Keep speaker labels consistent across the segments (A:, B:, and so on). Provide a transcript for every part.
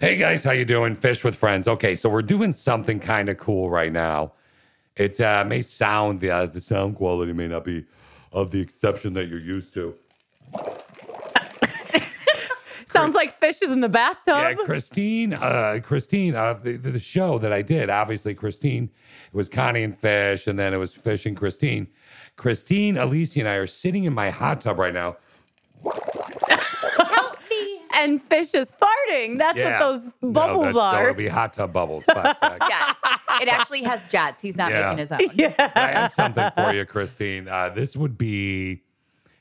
A: Hey guys, how you doing? Fish with friends. Okay, so we're doing something kind of cool right now. It uh, may sound the uh, the sound quality may not be of the exception that you're used to.
B: Sounds like fish is in the bathtub.
A: Yeah, Christine, uh, Christine, uh, the, the show that I did, obviously, Christine, it was Connie and Fish, and then it was Fish and Christine. Christine, Alicia, and I are sitting in my hot tub right now.
B: and fish is farting. That's
A: Yeah.
B: what those
A: No,
B: bubbles
A: that's- That
B: are.
A: would be hot tub bubbles. Five seconds.
C: Yes. It actually has jets. He's not
A: Yeah.
C: making his up.
B: yeah.
A: I have something for you, Christine. Uh, this would be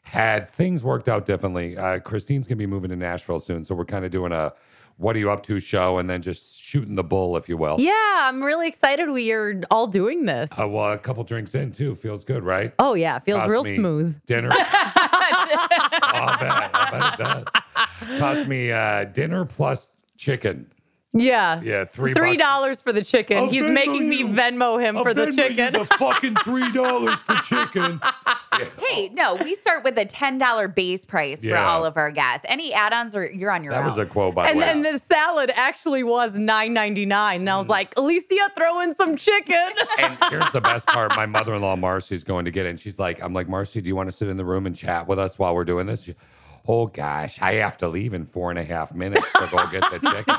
A: had things worked out differently. Uh, Christine's gonna be moving to Nashville soon, so we're kind of doing a "What are you up to?" show, and then just shooting the bull, if you will.
B: Yeah, I'm really excited we are all doing this.
A: Uh, well, a couple drinks in too feels good, right?
B: oh yeah, feels
A: Cost
B: real
A: me
B: smooth.
A: Dinner. I'll bet. I'll bet it does. Cost me uh, dinner plus chicken.
B: Yeah.
A: Yeah, three
B: Three
A: bucks.
B: dollars for the chicken.
A: I'll
B: He's
A: Venmo
B: making me
A: you.
B: Venmo him for the chicken.
A: fucking three dollars for chicken.
C: Hey, no, we start with a $10 base price
A: Oh.
C: for
A: Yeah.
C: all of our guests. Any add ons or you're on your
A: That
C: own.
A: was a quote by the
B: and
A: way.
B: then the salad actually was nine ninety nine, and I
A: Mm.
B: was like, Alicia, throw in some chicken.
A: and here's the best part. My mother-in-law Marcy's going to get it. And she's like, I'm like, Marcy, do you want to sit in the room and chat with us while we're doing this? She- oh gosh, I have to leave in four and a half minutes to go get the chicken.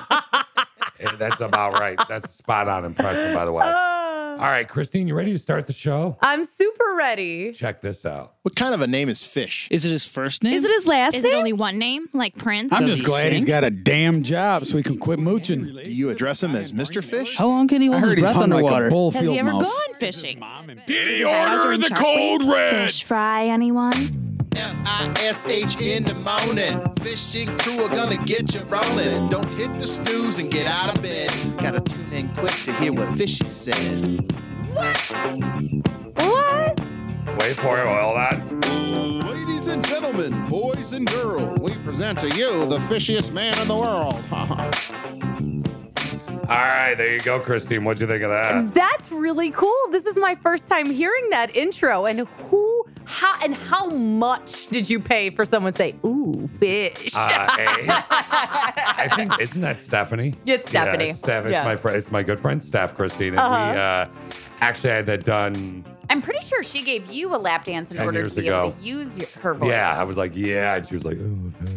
A: And that's about right. That's a spot on impression, by the way. All right, Christine, you ready to start the show?
B: I'm super ready.
A: Check this out.
D: What kind of a name is Fish?
E: Is it his first name?
F: Is it his last
G: Is
F: name?
G: it only one name, like Prince?
H: I'm
E: Does
H: just
E: he
H: glad he's
E: sing?
H: got a damn job so he can quit mooching.
D: Do you address him as Mr. Fish?
E: How long can he
H: I
E: hold his
H: heard he's
E: breath
H: hung like a
E: underwater?
H: bull
G: Has
H: field
G: he ever
H: mouse.
G: gone fishing?
D: Did he
G: order the cold
H: red?
G: Fish fry anyone?
D: F-I-S-H in the morning. Fishing crew are gonna get you rolling. Don't hit the stews and get out of bed. Gotta tune in quick to hear what Fishy says.
B: What?
A: Wait for it. Hold on.
D: Ladies and gentlemen, boys and girls, we present to you the fishiest man in the world.
A: All right, there you go, Christine. What'd you think of that?
B: That's really cool. This is my first time hearing that intro. And who, how, and how much did you pay for someone to say, ooh, fish?
A: Uh, hey. I think isn't that Stephanie?
C: Yeah, it's Stephanie.
A: Yeah, it's Steph. It's
C: Yeah.
A: my friend. It's my good friend, Steph Christine, and we uh, actually had that done.
C: I'm pretty sure she gave you a lap dance in
A: 10
C: order
A: years
C: to be able
A: ago.
C: to use your, her voice.
A: Yeah, I was like, yeah, and she was like, oh,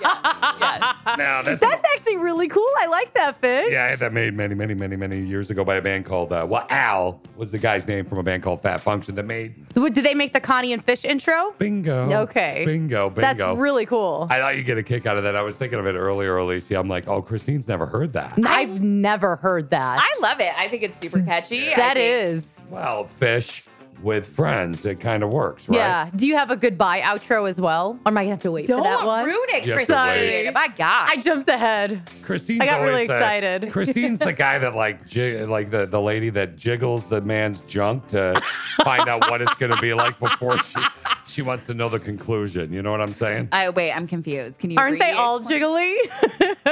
C: Yes.
A: now that's.
B: That's actually really cool. I like that fish.
A: yeah, I had that made many, many, many, many years ago by a band called, uh, well, Al was the guy's name from a band called Fat Function that made
B: What- Did they make the Connie and Fish intro?
A: Bingo.
B: Okay.
A: Bingo, bingo.
B: That's really cool. I-
A: I thought you'd get a kick out of that. I was thinking of it earlier, Alicia. I'm like, oh, Christine's never heard that.
B: have never heard that.
C: I love it. I think it's super catchy.
B: That
C: I think-
B: is.
A: Well, fish with friends, it kind of works, right?
B: Yeah. Do you have a goodbye outro as well? Or am I going to have to wait
C: Don't
B: for that one?
C: ruin it,
A: You have to
C: Christine.
B: wait.
C: My God.
B: I jumped ahead.
A: Christine's
B: I got
A: always
B: really
A: the-
B: excited.
A: Christine's the guy that like j- like the, the lady that jiggles the man's junk to find out what it's gonna be like before she she wants to know the conclusion. You know what I'm
B: Uh,
A: saying?
C: I, wait, I'm confused. Can you?
B: Aren't they all
C: re-explain?
B: jiggly?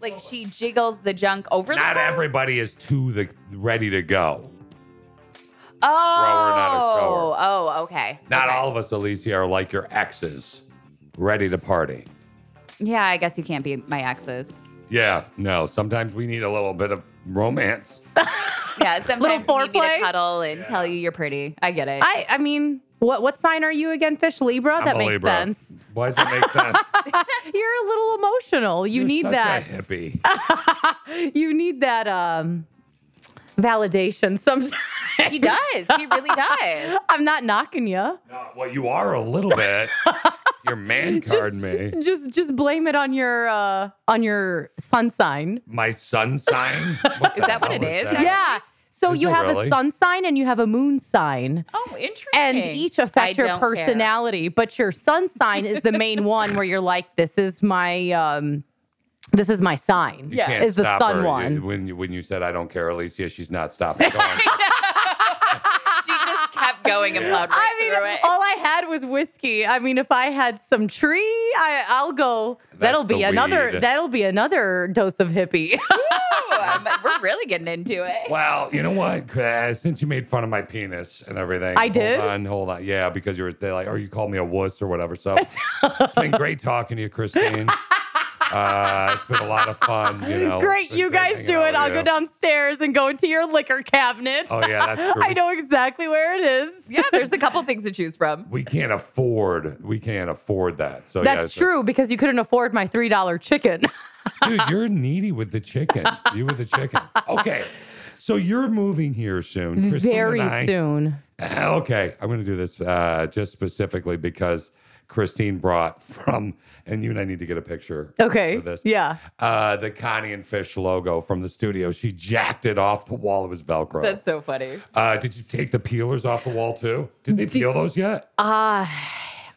C: like she jiggles the junk over?
A: Not
C: the
A: everybody is to the ready to go.
C: Oh,
A: Rower, not a shower.
C: oh, okay.
A: Not
C: Okay.
A: all of us, Alicia, are like your exes, ready to party.
C: Yeah, I guess you can't be my exes.
A: Yeah, no. Sometimes we need a little bit of romance.
C: Yeah, sometimes
B: Little
C: you need me
B: foreplay?
C: to cuddle and tell you you're pretty. I get it.
B: I, I mean, what, what sign are you again, Fish? Libra?
A: I'm
B: that
A: a
B: makes
A: Libra.
B: sense.
A: Why does that make sense?
B: You're a little emotional. You
A: You're
B: need
A: such
B: that.
A: A hippie.
B: you need that um validation sometimes.
C: he does. He really does.
B: I'm not knocking you.
A: Uh, well, you are a little bit. You're man card me.
B: Just just blame it on your uh on your sun sign.
A: my sun sign.
C: Is that what it is?
B: Yeah. So
A: Is
B: you
A: it
B: have
A: really?
B: a sun sign and you have a moon sign.
C: Oh, interesting.
B: And each
C: I
B: affect your
C: don't care.
B: personality, but your sun sign is the main one where you're like, this is my um this is my sign.
A: You can't
B: Is the
A: stop
B: sun
A: her.
B: one.
A: You- When you, when you said I don't care, Alicia, she's not stopping. Go on.
C: She just kept going and plowed right
B: I mean,
C: through it.
B: all I had was whiskey. I mean, if I had some tree, I, I'll go. that'll
A: the
B: be another.
A: weed.
B: That'll be another dose of hippie.
C: Ooh, oh, I'm- we're really getting into it.
A: well, you know what? Uh, Since you made fun of my penis and everything,
B: I did?
A: Hold on, hold on. Yeah, because "Oh, you were they like, or you called me a wuss or whatever. So it's been great talking to you, Christine. Uh, it's been a lot of fun. You know,
B: Great,
A: Been
B: you
A: Oh, great
B: guys
A: hanging
B: do
A: out
B: it.
A: with
B: I'll
A: you.
B: go downstairs and go into your liquor cabinet.
A: Oh yeah, that's true.
B: I know exactly where it is.
C: Yeah, there's a couple things to choose from.
A: We can't afford. We can't afford that. So yeah,
B: That's
A: so-
B: true because you couldn't afford my three dollar chicken.
A: Dude, you're needy with the chicken. You with the chicken. Okay. So you're moving here soon. Christine
B: Very
A: and I- Uh,
B: soon.
A: Okay. I'm going to do this uh, just specifically because Christine brought from, and you and I need to get a picture.
B: Okay.
A: Of this.
B: Yeah.
A: Uh, the Connie and Fish logo from the studio. She jacked it off the wall. It was Velcro.
C: That's so funny.
A: uh, did you take the peelers off the wall too? Did they peel those yet? Uh,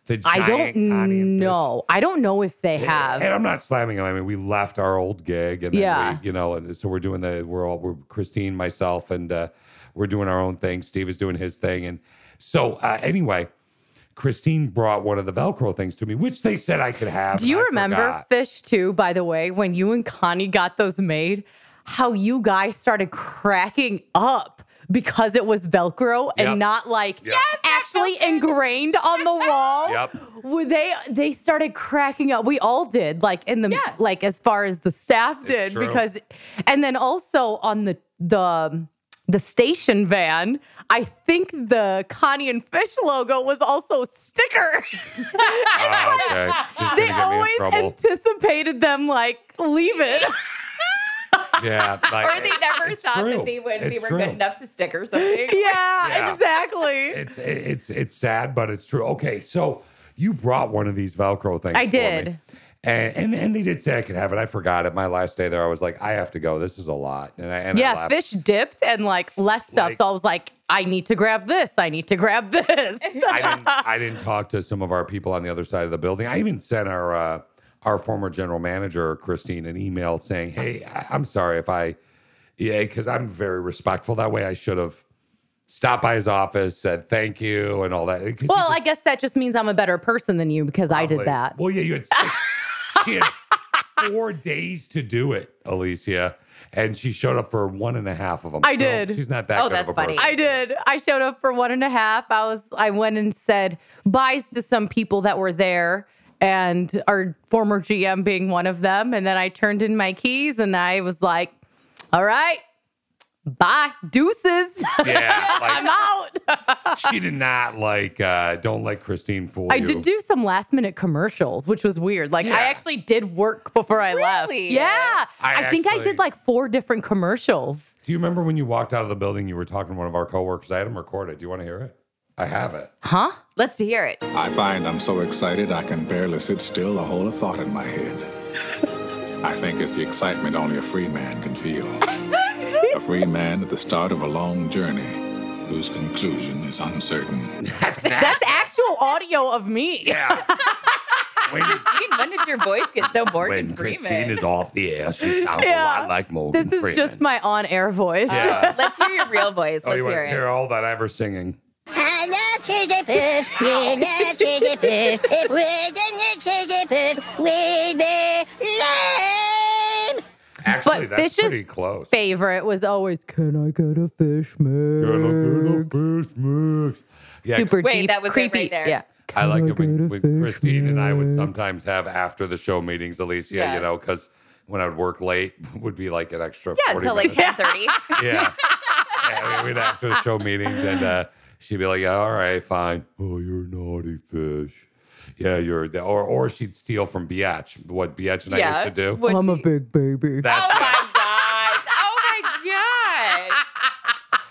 A: the giant
B: I
A: Connie
B: don't
A: and Fish
B: know. I don't know if they have.
A: and I'm not slamming him. I mean, we left our old gig, and then
B: Yeah.
A: we, you know, and so we're doing the we're all we're Christine, myself, and uh, we're doing our own thing. Steve is doing his thing, and so uh, anyway, Christine brought one of the Velcro things to me, which they said I could have.
B: Do
A: and
B: you
A: I
B: remember
A: forgot.
B: Fish too, by the way, when you and Connie got those made, how you guys started cracking up because it was Velcro and
A: Yep.
B: not like
A: Yes,
B: actually ingrained on the wall?
A: Yep.
B: Well, they they started cracking up. We all did, like in the like as far as the staff did,
A: true.
B: because and then also on the the the station van, I think the Connie and Fish logo was also a sticker.
A: Ah, okay. She's gonna
B: They
A: get me in
B: always
A: trouble.
B: anticipated them like leave it.
A: yeah, like,
C: Or they never
A: it's
C: thought
A: true.
C: that they would
A: It's
C: they were
A: true.
C: good enough to stick or something.
B: yeah,
A: Yeah.
B: exactly.
A: It's it's it's sad, but it's true. Okay, so you brought one of these Velcro things. for
B: I
A: me.
B: did.
A: And, and and they did say I could have it. I forgot it. My last day there, I was like, I have to go. This is a lot. And I and I
B: Yeah,
A: left.
B: fish dipped and like left stuff.
A: Like-
B: so I was like, I need to grab this. I need to grab this.
A: I didn't I didn't talk to some of our people on the other side of the building. I even sent our uh, our former general manager Christine an email saying, "Hey, I- I'm sorry if I yeah, because I'm very respectful that way. I should have stopped by his office, said thank you, and all that." 'Cause he
B: well,
A: just-
B: I guess that just means I'm a better person than you because I did
A: Like,
B: that.
A: Well, yeah, you had, six, she had four days to do it, Alicia, and she showed up for one and a half of them.
B: I did.
A: She's not that
C: Oh,
A: good
C: that's
A: of a
C: funny.
A: person.
B: I did. I showed up for one and a half. I was I went and said buys to some people that were there and our former GM being one of them. And then I turned in my keys and I was like, all right, bye. Deuces.
A: yeah,
B: I'm
A: like
B: out.
A: she did not like. uh Don't let Christine fool
B: I
A: you.
B: did do some last minute commercials, which was weird. Like
A: Yeah.
B: I actually did work before I left.
C: Really?
B: Yeah.
A: I
B: I, think I
A: actually-
B: did like four different commercials.
A: Do you remember when you walked out of the building? You were talking to one of our coworkers. I had him recorded. Do you want to hear it? I have it.
B: Huh?
C: Let's hear it.
E: I find I'm so excited I can barely sit still a whole thought in my head. I think it's the excitement only a free man can feel. a free man at the start of a long journey whose conclusion is uncertain.
A: That's not.
B: That's actual audio of me.
A: yeah. When,
C: Dude, when did your voice get so Morgan
A: when Christine
C: Freeman?
A: is off the air, she sounds a
B: Yeah.
A: lot like Morgan
B: This is
A: Freeman.
B: just my on air voice.
A: Yeah.
C: Let's hear your real voice.
A: oh,
C: Let's
A: you want
C: hear
A: to
C: it.
A: hear all that ever singing?
F: I love Kitty Puss. We love Kitty Puss. If we didn't Kitty Puss, we'd be lame.
A: Actually,
B: But
A: that's
B: fish is
A: pretty close.
B: favorite was always "Can I get a fish mix?"
A: Yeah,
B: Super
C: Wait,
B: deep,
C: that was it
B: creepy.
C: right there.
B: Yeah,
A: I like it
B: get
A: when,
B: a
A: when
B: fish
A: Christine and I would sometimes have after the show meetings, Alicia,
C: Yeah.
A: you know, because when I would work late, would be like an extra
C: Yeah,
A: 40
C: until like
A: minutes.
C: 10:30.
A: yeah. yeah I mean, we'd after the show meetings, and uh, she'd be like, all right, fine. Oh, you're a naughty fish. Yeah, you're, the, or or she'd steal from Biatch, what Biatch and I
C: yeah.
A: used to do.
C: Would
B: I'm a
C: she-
B: big baby.
C: Oh
A: That's,
C: my gosh. Oh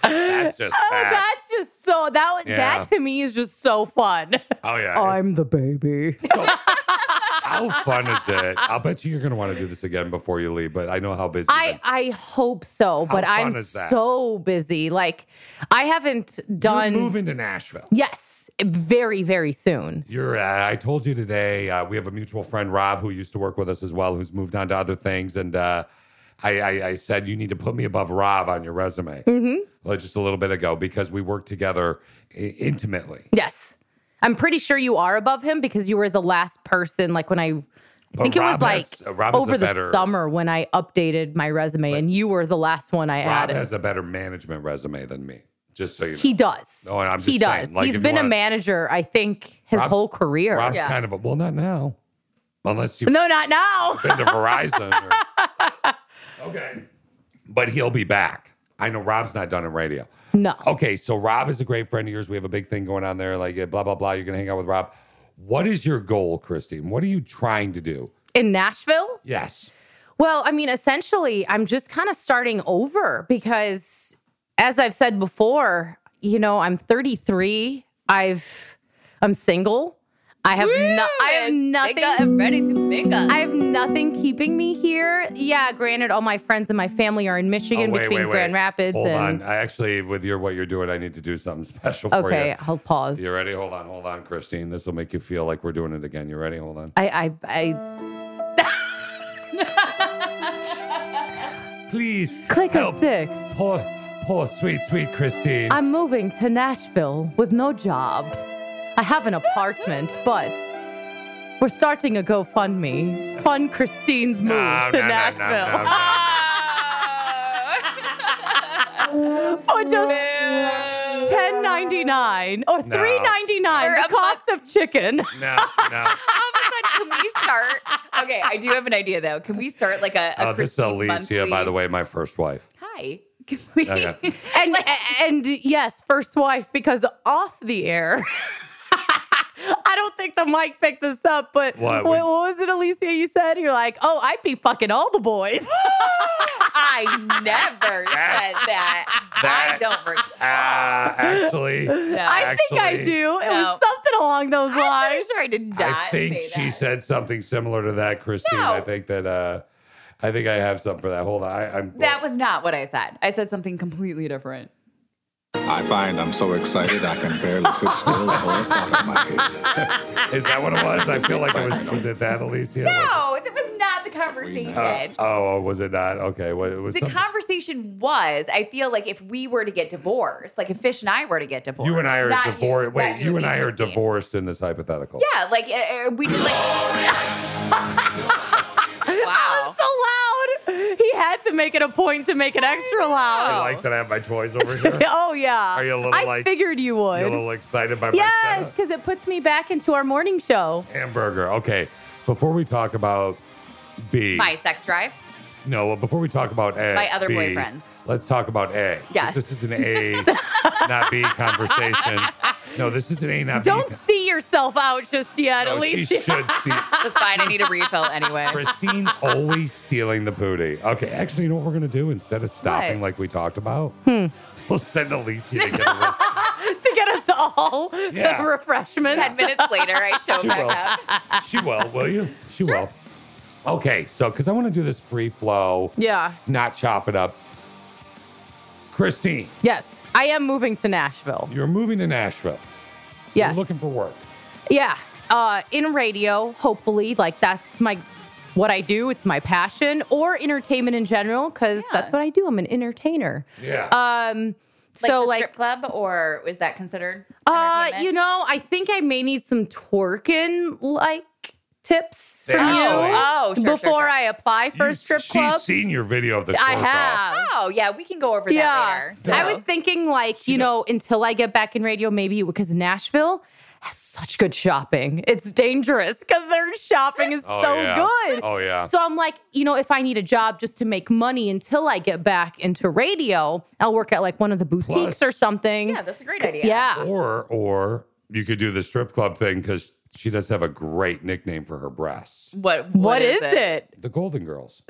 C: my
A: that's
C: gosh.
A: just
B: oh,
A: bad.
B: that's just so that was
A: Yeah.
B: that to me is just so fun.
A: Oh, yeah.
B: I'm the baby.
A: So, how fun is it? I'll bet you you're going to want to do this again before you leave, but I know how busy. you've
B: I
A: been.
B: I hope so, but
A: How
B: I'm
A: fun is that?
B: so busy. Like I haven't done.
A: You're moving to Nashville.
B: Yes, very very soon.
A: You're. Uh, I told you today. Uh, we have a mutual friend, Rob, who used to work with us as well, who's moved on to other things, and uh, I, I, I said you need to put me above Rob on your resume. Mm-hmm. Well, just a little bit ago because we worked together I- intimately.
B: Yes. I'm pretty sure you are above him because you were the last person, like when I, I think it
A: Rob
B: was like
A: has- uh, Rob has
B: over
A: a
B: the
A: better-
B: summer when I updated my resume, and you were the last one I
A: Rob
B: added.
A: has a better management resume than me. Just so you know,
B: he does.
A: No, and I'm
B: he
A: just saying,
B: does.
A: like, if
B: He's
A: you
B: been a
A: wanna-
B: manager, I think, his
A: Rob's-
B: whole career.
A: Rob's
C: Yeah.
A: kind of a well, not now. unless you've
B: No, not now.
A: been to Verizon. or- okay, but he'll be back. I know Rob's not done in radio.
B: No.
A: Okay, so Rob is a great friend of yours. We have a big thing going on there. Like blah blah blah. You're gonna hang out with Rob. What is your goal, Christine? What are you trying to do?
B: In Nashville?
A: Yes.
B: Well, I mean, essentially, I'm just kind of starting over because, as I've said before, you know, I'm 33. I've, I'm single. I have no, I have nothing.
C: I'm ready to mingle.
B: I have nothing keeping me here. Yeah, granted, all my friends and my family are in Michigan
A: Oh, wait,
B: between
A: wait, wait.
B: Grand Rapids
A: Hold on.
B: and.
A: I actually, with your what you're doing, I need to do something special for you.
B: okay, I'll pause.
A: You ready? Hold on, hold on, Christine. This will make you feel like we're doing it again. You ready? Hold on.
B: I, I,
A: Please
B: I click
A: help.
B: a six.
A: Poor, poor, sweet, sweet Christine.
B: I'm moving to Nashville with no job. I have an apartment, but we're starting a GoFundMe. Fund Christine's move
A: No,
B: to
A: no, no, no,
B: Nashville.
A: no, no.
B: For just ten ninety nine or
A: No.
B: three ninety nine,
C: Or
B: the
C: a
B: cost of chicken.
A: No, no.
C: Can we start? Okay, I do have an idea though. Can we start like a, a
A: Uh, this is
C: Christine
A: Alicia,
C: monthly-
A: by the way, my first wife.
C: Hi. Can we?
A: Okay.
B: And and yes, first wife because off the air. I don't think the mic picked this up, but
A: What,
B: what,
A: we-
B: what was it, Alicia? You said you're like, oh, I'd be fucking all the boys.
C: I never
A: Yes.
C: said that.
A: That-
C: I don't recall.
A: Ah, actually,
B: I think I
A: actually,
B: do. It
C: No.
B: was something along those
C: I'm pretty
B: lines.
C: sure I did not.
A: I think
C: say
A: she
C: that.
A: said something similar to that, Christine.
C: No.
A: I think that. uh I think I have something for that. Hold on. I, I'm
C: that was not what I said. I said something completely different.
E: I find I'm so excited I can barely sit still the whole thought in my head.
A: Is that what it was? I feel like it was. Was it that, Alicia? No.
C: Oh, that was not the conversation.
A: oh, oh, was it not? Okay. What it was
C: the
A: something-
C: conversation was, I feel like if we were to get divorced, like if Fish and I were to get divorced,
A: You and I are
C: not
A: divorced.
C: not
A: Wait, you and
C: me,
A: I are
C: Christine.
A: divorced in this hypothetical.
C: Yeah, like uh, uh, we did like. wow.
B: so loud. He had to make it a point to make it extra
A: I
B: loud.
A: like that I have my toys over here.
B: Oh yeah.
A: Are you a little
B: I
A: like-
B: figured you
A: You're a
B: would.
A: little excited by my
B: Yes,
A: setup.
B: because it puts me back into our morning show.
A: hamburger. Okay, before we talk about B,
C: My sex drive.
A: no, well, before we talk about A,
C: My other
A: B,
C: boyfriends.
A: Let's talk about A.
C: Yes.
A: this is an A, not B conversation. No, this is an A, not
B: Don't
A: B.
B: see yourself out just yet,
A: No, she
B: Alicia.
A: should see.
C: That's fine. I need a refill anyway.
A: Christine always stealing the booty. Okay, actually, you know what we're gonna do instead of stopping
C: What? Hmm.
A: like we talked about? We'll send Alicia to get arrested.
B: to get us all
A: Yeah.
B: refreshments.
C: Ten minutes later, I show
A: She
C: back
A: will.
C: up.
A: She will, will you? She will. Okay, so because I want to do this free flow,
B: Yeah.
A: not chop it up. Christine,
B: Yes. I am moving to Nashville.
A: you're moving to Nashville.
B: Yes.
A: You're looking for work.
B: Yeah. Uh, in radio, hopefully, like that's my what I do. It's my passion, or entertainment in general, because
C: Yeah.
B: that's what I do. I'm an entertainer.
A: Yeah.
B: Um. so
C: the
B: like,
C: strip club, or is that considered?
B: uh,
C: entertainment?
B: you know, I think I may need some twerking like tips
A: There
B: from
A: you
B: you
A: go.
C: Oh, sure, sure,
B: before
C: sure.
B: I apply for
A: You-
B: a strip
A: she's
B: club.
A: seen your video of the twerk
B: I
A: off.
B: have.
C: Oh yeah, we can go over that later. So-
B: I was thinking, like, you know, until I get back in radio, maybe because Nashville has such good shopping. It's dangerous because their shopping is
A: Oh,
B: so
A: yeah.
B: good.
A: Oh, yeah.
B: So I'm like, you know, if I need a job just to make money until I get back into radio, I'll work at like one of the boutiques
A: Plus-
B: or something.
C: yeah, that's a great idea.
B: yeah.
A: Or or you could do the strip club thing because she does have a great nickname for her breasts.
C: What
B: what is, it?
A: The Golden Girls.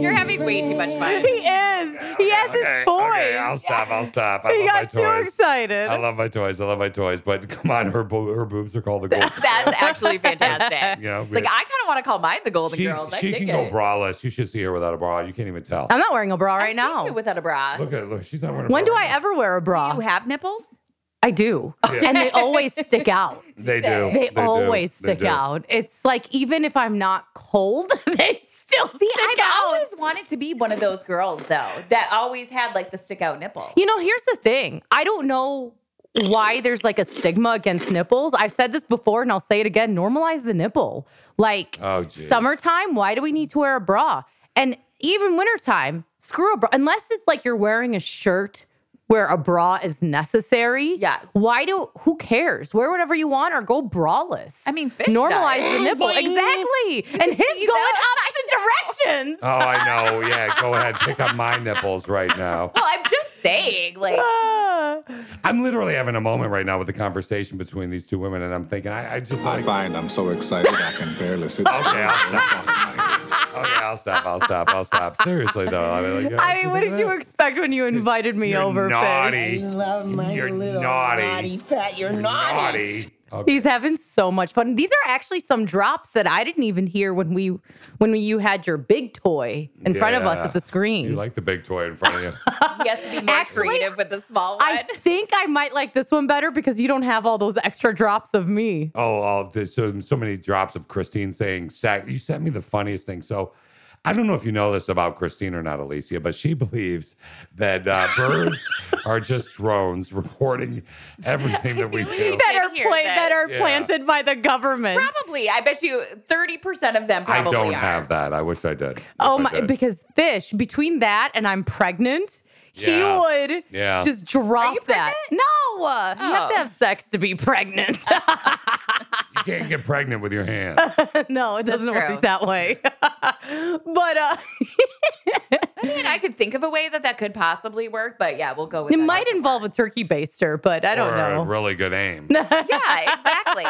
C: You're having way too much fun.
B: He is. He has
A: Okay,
B: his toys.
A: Okay, I'll stop. I'll stop. I
B: he
A: love my
B: got too
A: toys.
B: excited.
A: I love my toys. I love my toys. But come on, her bo- her boobs are called the Golden.
C: That's actually fantastic.
A: You know,
C: Like I kind of want to call mine the Golden
A: she,
C: Girls. I
A: she
C: dig
A: can
C: it.
A: go braless. You should see her without a bra. You can't even tell.
B: I'm not wearing a bra
C: I
B: right
C: see
B: now.
C: you without a bra.
A: Look at look. She's not wearing. A
B: when do
A: bra
B: I ever wear a bra?
C: You have nipples?
B: I do.
A: Yeah.
B: And they always stick out.
A: They do.
B: They,
A: do.
B: always
A: They
B: stick
A: do.
B: out. It's like even if I'm not cold, they still
C: See,
B: stick
C: I've
B: out.
C: always wanted to be one of those girls though that always had like the stick out nipple.
B: you know, here's the thing. I don't know why there's like a stigma against nipples. I've said this before and I'll say it again. Normalize the nipple. Like
A: Oh, geez.
B: summertime, why do we need to wear a bra? And even wintertime, screw a bra. Unless it's like you're wearing a shirt where a bra is necessary.
C: Yes.
B: Why do who cares? Wear whatever you want or go braless.
C: I mean, fish
B: normalize the
C: does.
B: nipple. Exactly. And his
C: You
B: going
C: know?
B: opposite directions.
A: Oh, I know. Yeah, go ahead. Pick up my nipples right now.
C: Well, I'm just saying, like,
B: Ah.
A: I'm literally having a moment right now with the conversation between these two women, and I'm thinking, I, I just
E: I
A: like,
E: find I'm so excited I can barely sit still.
A: Okay,
E: with a
A: I'll
E: whole thought in my head.
A: okay, I'll stop, I'll stop, I'll stop. Seriously though, I mean, like,
B: I mean, what did you expect when you invited me
A: You're
B: over, Fish?
A: naughty.
F: love my
A: You're
F: little
A: naughty.
F: Pat. You're naughty.
A: naughty. Okay.
B: He's having so much fun. These are actually some drops that I didn't even hear when we when you had your big toy in front of us
A: Yeah.
B: at the
A: You
B: screen.
A: like the big toy in front of you.
C: he has to be more
B: Actually,
C: creative with the small one.
B: I think I might like this one better because you don't have all those extra drops of me.
A: Oh, oh there's so, so many drops of Christine saying, "Sack." You sent me the funniest thing. So, I don't know if you know this about Christine or not, Alicia, but she believes that uh, birds are just drones reporting everything that we do.
B: That
C: did
B: are,
C: hear
B: pla-
C: that.
B: that are
A: Yeah.
B: planted by the government.
C: probably. I bet you 30% of them
A: I
C: probably
A: don't
C: are.
A: have that. I wish I did.
B: Oh
A: If I
B: my!
A: did.
B: Because fish between that and I'm pregnant,
A: Yeah.
B: he would
A: Yeah.
B: just drop
C: you
B: that. No, you have
C: Oh.
B: to have sex to be pregnant.
A: you can't get pregnant with your hand.
B: no, it doesn't
C: true.
B: work that way. but uh,
C: I mean, I could think of a way that that could possibly work, but yeah, we'll go with
B: it
C: that.
B: might involve a turkey baster, but I don't
A: or
B: know.
A: a really good aim.
C: Yeah, exactly.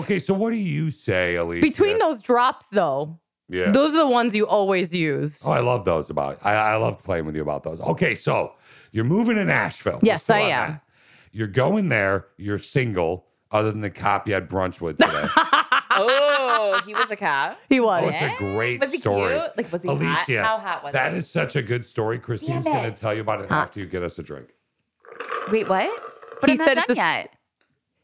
A: okay, so what do you say, Alicia?
B: between those drops, though,
A: yeah.
B: those are the ones you always use.
A: Oh, I love those about. I, I love playing with you about those. Okay, so you're moving to Nashville. We're
B: Yes,
A: still
B: I
A: on
B: am.
A: that. You're going there. You're single, other than the cop you had brunch with today.
C: oh, he was a cop.
B: He
A: oh,
B: was.
A: it's a great
C: eh? Was he
A: story.
C: cute? Like, was he hot?
A: Alicia,
C: How hot was
A: that
C: he?
A: is such a good story. Christine's going
F: it.
A: to tell you about it after you get us a drink.
C: Wait, what? But
B: He
C: I'm not
B: said
C: done
B: it's a-
C: yet.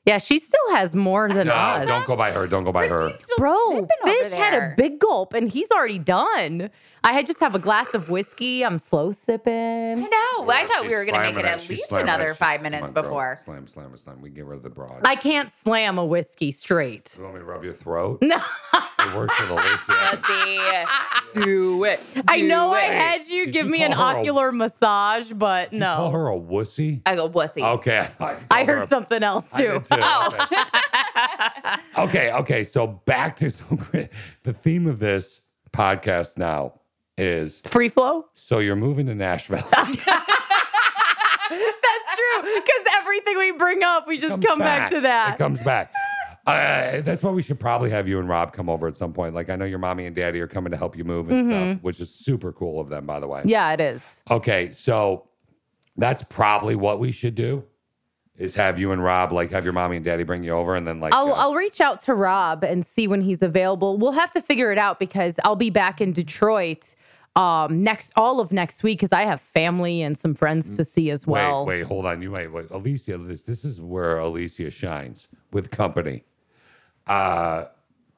B: Yeah, she still has more than
A: No,
B: us.
A: don't go by her. Don't go by her.
C: Still
B: Bro,
C: sipping over
B: Fish had a
C: there.
B: big gulp and he's already done. I had just have a glass of whiskey. I'm slow sipping.
C: I know. I thought
A: She's
C: we were going to make
A: slamming
C: it at
A: She's
C: least
A: slamming
C: another
A: She's-
C: five
A: come
C: minutes
A: on, girl.
C: before.
A: Slam, slam, slam. We get rid of the broad.
B: I can't slam a whiskey straight.
A: you want me to rub your throat? No. it works with Alicia.
C: Pussy. Do it.
B: I
C: Do
B: know I
C: it.
B: had you
A: Did
B: give
A: you
B: me an
A: call her a-
B: ocular massage, but
A: Call
B: no.
A: her a wussy.
C: I go, wussy.
A: Okay. I, thought you
B: I
A: called her
B: heard
A: a-
B: something else
A: Oh, I
B: too.
A: did too. Okay. okay, okay. So back to the theme of this podcast now is
B: Free flow?
A: so you're moving to Nashville.
B: That's true. Because everything we bring up, we just come, back. to
A: It
B: that.
A: comes back. Uh, that's why we should probably have you and Rob come over at some point. Like I know your mommy and daddy are coming to help you move and stuff, which is super cool of them, by the way.
B: Mm-hmm. yeah, it is.
A: Okay, so that's probably what we should do is have you and Rob like have your mommy and daddy bring you over and then like
B: I'll
A: uh,
B: I'll reach out to Rob and see when he's available. We'll have to figure it out because I'll be back in Detroit um next all of next week because I have family and some friends to see as well.
A: Wait, wait, hold on. You might wait. Alicia, this this is where Alicia shines with company. Uh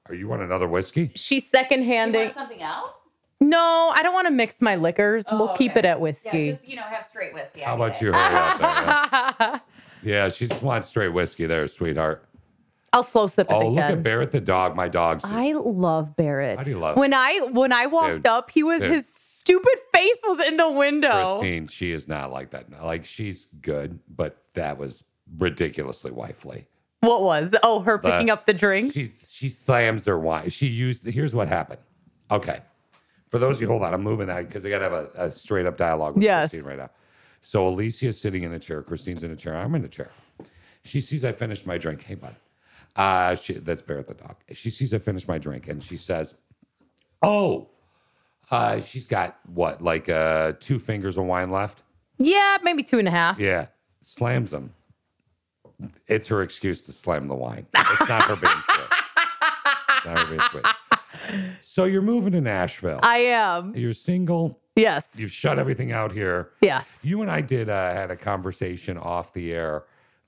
A: are you on another whiskey?
B: She's second handing.
C: Something else?
B: No, I don't want to mix my liquors. we'll keep it at whiskey.
C: Yeah, just, you know, have straight whiskey. I
A: How
C: need
A: about
C: it.
A: you? hurry up there, yeah. yeah, she just wants straight whiskey there, sweetheart.
B: I'll slow sip it
A: Oh,
B: again.
A: look at Barrett the dog. My dog's
B: I love Barrett.
A: How do you love
B: when I when I walked
A: Dude.
B: up, he was
A: Dude.
B: his stupid face was in the window.
A: Christine. She is not like that. Like she's good, but that was ridiculously wifely.
B: What was? Oh, her picking up the drink.
A: She she slams their wine. She used. Here's what happened. Okay, for those of you, hold on. I'm moving that because I gotta have a, a straight up dialogue with
B: Yes.
A: Christine right now. So Alicia's sitting in a chair. Christine's in a chair. I'm in a chair. She sees I finished my drink. Hey, bud. Uh, she, that's Barrett the dog. She sees I finished my drink and she says, "Oh, uh, she's got what? Like uh, two fingers of wine left."
B: yeah, maybe two and a half.
A: Yeah. Slams them. It's her excuse to slam the wine. It's not her being sweet. It's not her being sweet. So you're moving to Nashville.
B: I am.
A: you're single.
B: Yes.
A: You've shut everything out here.
B: Yes.
A: You and I did uh, had a conversation off the air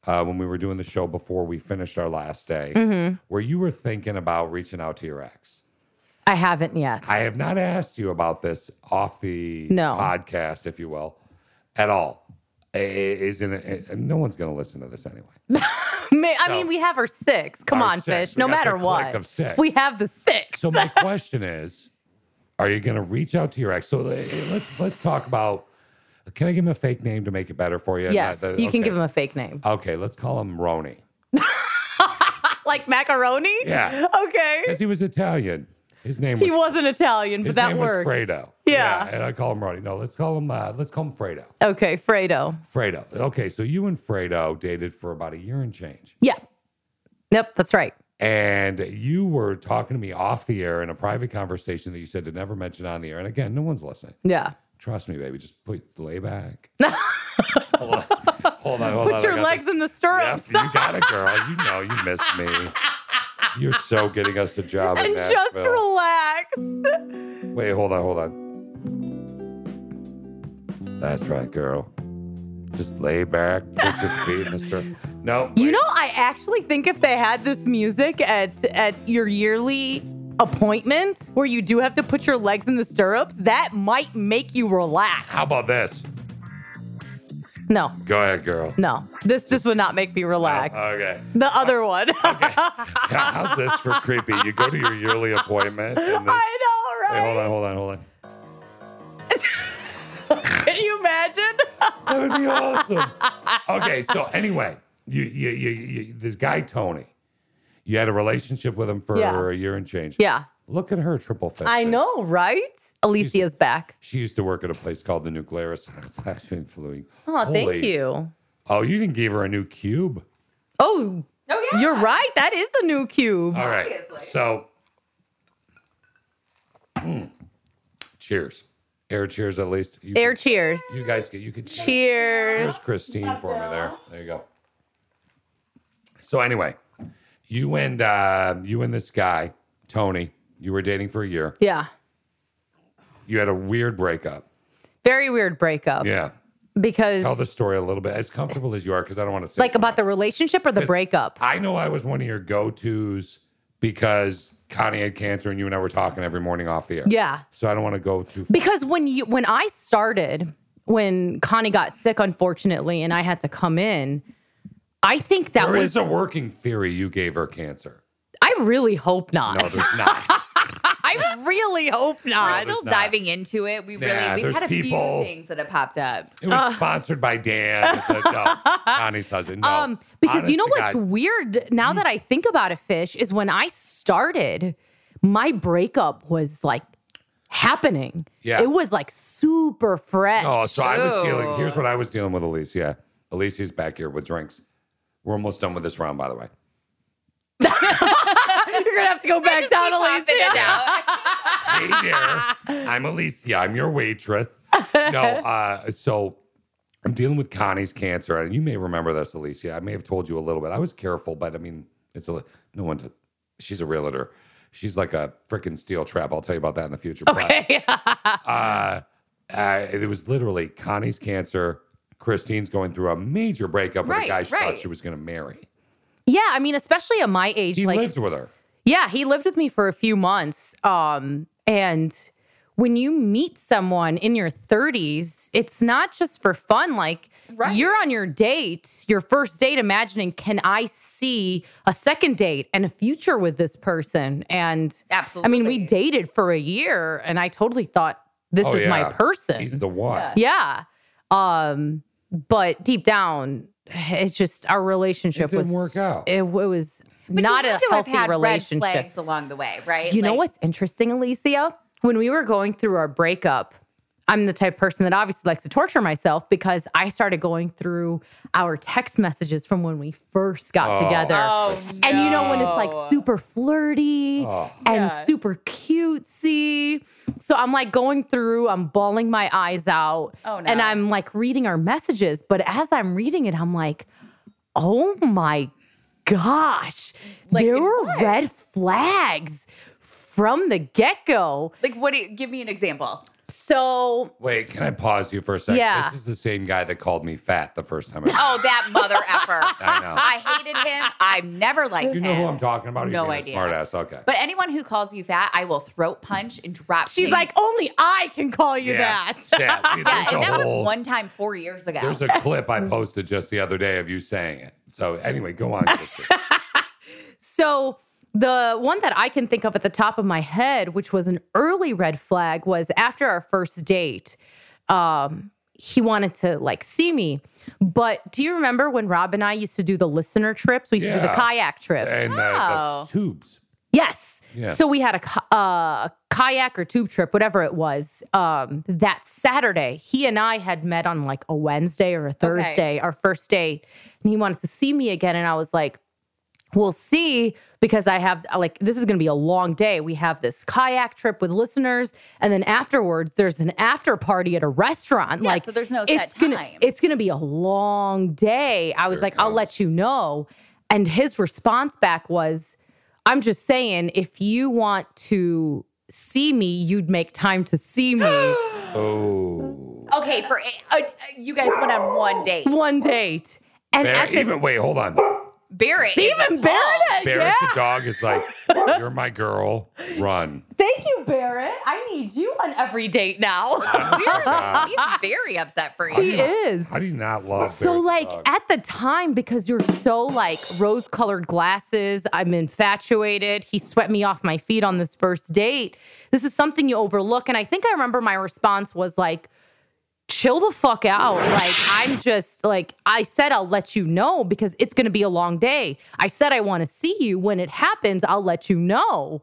A: uh, when we were doing the show before we finished our last day, where you were thinking about reaching out to your ex.
B: I haven't yet.
A: I have not asked you about this off the
B: No.
A: podcast, if you will, at all. I- I- Isn't it, no one's going to listen to this anyway.
B: Ma- I mean,
A: So-
B: we have our six. Come
A: Our
B: on,
A: six.
B: Fish.
A: We
B: No
A: got
B: matter
A: the click
B: what,
A: of six.
B: we have the six.
A: So my question is, are you going to reach out to your ex? So eh, let's let's uh, talk about Can I give him a fake name to make it better for you?
B: Yes,
A: Not the-
B: you can
A: okay.
B: give him a fake name,
A: Okay, let's call him Roni.
B: like macaroni.
A: Yeah.
B: Okay.
A: Because he was Italian. His name was
B: He wasn't Italian, but
A: his
B: that
A: name
B: works.
A: was Fredo.
B: Yeah.
A: And I call him Roni. No, let's call him uh, let's call him Fredo.
B: Okay, Fredo.
A: Fredo. Okay, so you and Fredo dated for about a year and change.
B: Yeah. Yep, that's right.
A: And you were talking to me off the air in a private conversation that you said to never mention on the air. And again, no one's listening.
B: Yeah.
A: Trust me, baby. Just put lay back. hold on. Hold on. Hold
B: Put
A: on. Oh, I
B: your
A: got
B: legs
A: this.
B: in the
A: Yep,
B: stirrups.
A: you got it, girl. You know you missed me. You're so getting us a job in
B: And just
A: Nashville.
B: relax.
A: Wait, hold on, hold on. That's right, girl. Just lay back, put your feet in the stirrup. No,
B: You
A: wait.
B: know, I actually think if they had this music at at your yearly appointment where you do have to put your legs in the stirrups, that might make you relax.
A: How about this?
B: No,
A: Go ahead, girl.
B: no. This this would not make me relax.
A: Okay.
B: the other one.
A: Yeah, how's this for creepy? You go to your yearly appointment and this.
B: I know,
A: Wait,
B: right?
A: hold on, hold on, hold on.
B: Can you imagine?
A: That would be awesome. Okay, so anyway, you, you, you, you, this guy Tony, you had a relationship with him for
B: Yeah.
A: a year and change.
B: yeah.
A: Look at her triple fist.
B: I know, right? Alicia's back.
A: She used to work at a place called the Nuclearis.
B: Oh, thank
A: Holy-
B: you.
A: Oh, you didn't give her a new cube.
B: Oh,
C: Oh yeah.
B: you're right. That is the new cube.
A: All right.
C: Obviously.
A: So, Mm. cheers. Air cheers, at least. You
B: Air
A: Can,
B: cheers.
A: you guys get. You could cheers,
B: Cheers.
A: Christine, for me there. There you go. So anyway, you and uh, you and this guy Tony, you were dating for a year.
B: Yeah.
A: You had a weird breakup.
B: Very weird breakup
A: Yeah.
B: because
A: Tell the story a little bit, as comfortable as you are, because I don't want to say
B: like about the relationship or the breakup.
A: I know I was one of your go tos because Connie had cancer and you and I were talking every morning off the air.
B: Yeah.
A: So I don't want to go too far.
B: Because when you when I started, when Connie got sick unfortunately and I had to come in, I think that
A: There
B: was
A: is a working theory you gave her cancer.
B: I really hope not.
A: No, there's not.
B: I really hope
C: We're
B: not.
A: there's
C: still
A: not.
C: diving into it. We really
A: Nah,
C: we've
A: there's
C: had a
A: people-
C: few things that have popped up.
A: It was
B: Uh.
A: sponsored by Dan, the- no, Connie's husband. No.
B: Um, because you know
A: Oh, Honest
B: what's
A: to God.
B: weird now that I think about it, Fish, is when I started, my breakup was like happening.
A: Yeah.
B: It was like super fresh.
A: Oh, so I was
C: Ew.
A: dealing. Here's what I was dealing with, Elise. Yeah. Elise is back here with drinks. We're almost done with this round, by the way.
B: You're gonna have to go back down a
C: Popping it out.
A: hey there. I'm Alicia. I'm your waitress. No, uh, so I'm dealing with Connie's cancer, and you may remember this, Alicia. I may have told you a little bit. I was careful, but I mean, it's a no one. To, she's a realtor. She's like a freaking steel trap. I'll tell you about that in the future. But,
B: Okay.
A: uh, uh, it was literally Connie's cancer. Christine's going through a major breakup with a
C: Right,
A: guy she
C: right.
A: thought she was going to marry.
B: yeah, I mean, especially at my age,
A: He
B: like
A: lived with her.
B: Yeah, he lived with me for a few months. Um, and when you meet someone in your 30s, it's not just for fun. Like
C: Right.
B: you're on your date, your first date, imagining, can I see a second date and a future with this person? And I mean, we
C: Absolutely.
B: dated for a year and I totally thought this
A: Oh,
B: is my
A: yeah.
B: person.
A: He's the one.
C: Yeah.
B: yeah. Um, but deep down, it's just our relationship
A: didn't work
B: was
A: out.
B: It, it was
C: But
B: not
C: you
B: a
C: had to have
B: healthy
C: had
B: relationship.
C: Red flags along the way, right?
B: You know
C: Like,
B: what's interesting, Alicia? When we were going through our breakup, I'm the type of person that obviously likes to torture myself because I started going through our text messages from when we first got
A: Oh.
B: together.
C: Oh,
B: And you know when it's like
C: no.
B: super flirty
A: Oh.
B: and
C: Yeah.
B: super cutesy. So I'm like going through, I'm bawling my eyes out.
C: Oh, no.
B: And I'm like reading our messages. But as I'm reading it, I'm like, oh my gosh,
C: Like
B: there
C: in
B: were
C: what?
B: red flags from the get go.
C: Like, what? Do you, give me an example.
B: So
A: Wait, can I pause you for a second?
B: Yeah.
A: This is the same guy that called me fat the first time. I
C: Oh, that mother effer!
A: I know.
C: I hated him. I never liked
A: You
C: him.
A: know who I'm talking about? You're
C: No
A: being a
C: idea.
A: Smartass. Okay.
C: But anyone who calls you fat, I will throat punch and drop.
B: she's
C: things.
B: like, only I can call you that.
A: Yeah. See,
C: yeah,
A: there's
C: and
A: a
C: that
A: whole-
C: was one time four years ago.
A: Oh. There's a clip I posted just the other day of you saying it. So anyway, go on. Kristen.
B: So the one that I can think of at the top of my head, which was an early red flag, was after our first date. Um, he wanted to like see me. But do you remember when Rob and I used to do the listener trips? We used to do the
A: Yeah.
B: kayak trips.
A: And uh, the, the
C: Oh.
A: tubes.
B: Yes.
A: Yeah.
B: So we had a ki- uh, kayak or tube trip, whatever it was, um, that Saturday. He and I had met on like a Wednesday or a Thursday, our first date, and he wanted to see me again. And I was like, we'll see, because I have like, this is going to be a long day. We have this kayak trip with listeners. And then afterwards, there's an after party at a restaurant.
C: Yeah,
B: like,
C: so there's no set
B: it's gonna,
C: time.
B: It's going to be a long day. I was
A: Here it
B: like, I'll
A: comes.
B: let you know. And his response back was, I'm just saying, if you want to see me, you'd make time to see me
A: Oh.
C: Okay, for uh, you guys went on one date.
B: one date. And
A: Barrett,
B: at the,
A: even wait, hold on.
C: Barrett, is
B: even
C: appalled.
B: Barrett,
A: Barrett
B: yeah.
A: the dog is like, "You're my girl. Run."
B: Thank you, Barrett. I need you on every date now.
A: God.
C: He's very upset for you.
B: he is.
A: How do you not love?
B: So
A: Barrett the
B: like
A: dog?
B: at the time, because you're so like rose-colored glasses, I'm infatuated. He swept me off my feet on this first date. This is something you overlook, and I think I remember my response was like, "Chill the fuck out." Like I'm just like I said, I'll let you know because it's gonna be a long day. I said I want to see you. When it happens, I'll let you know.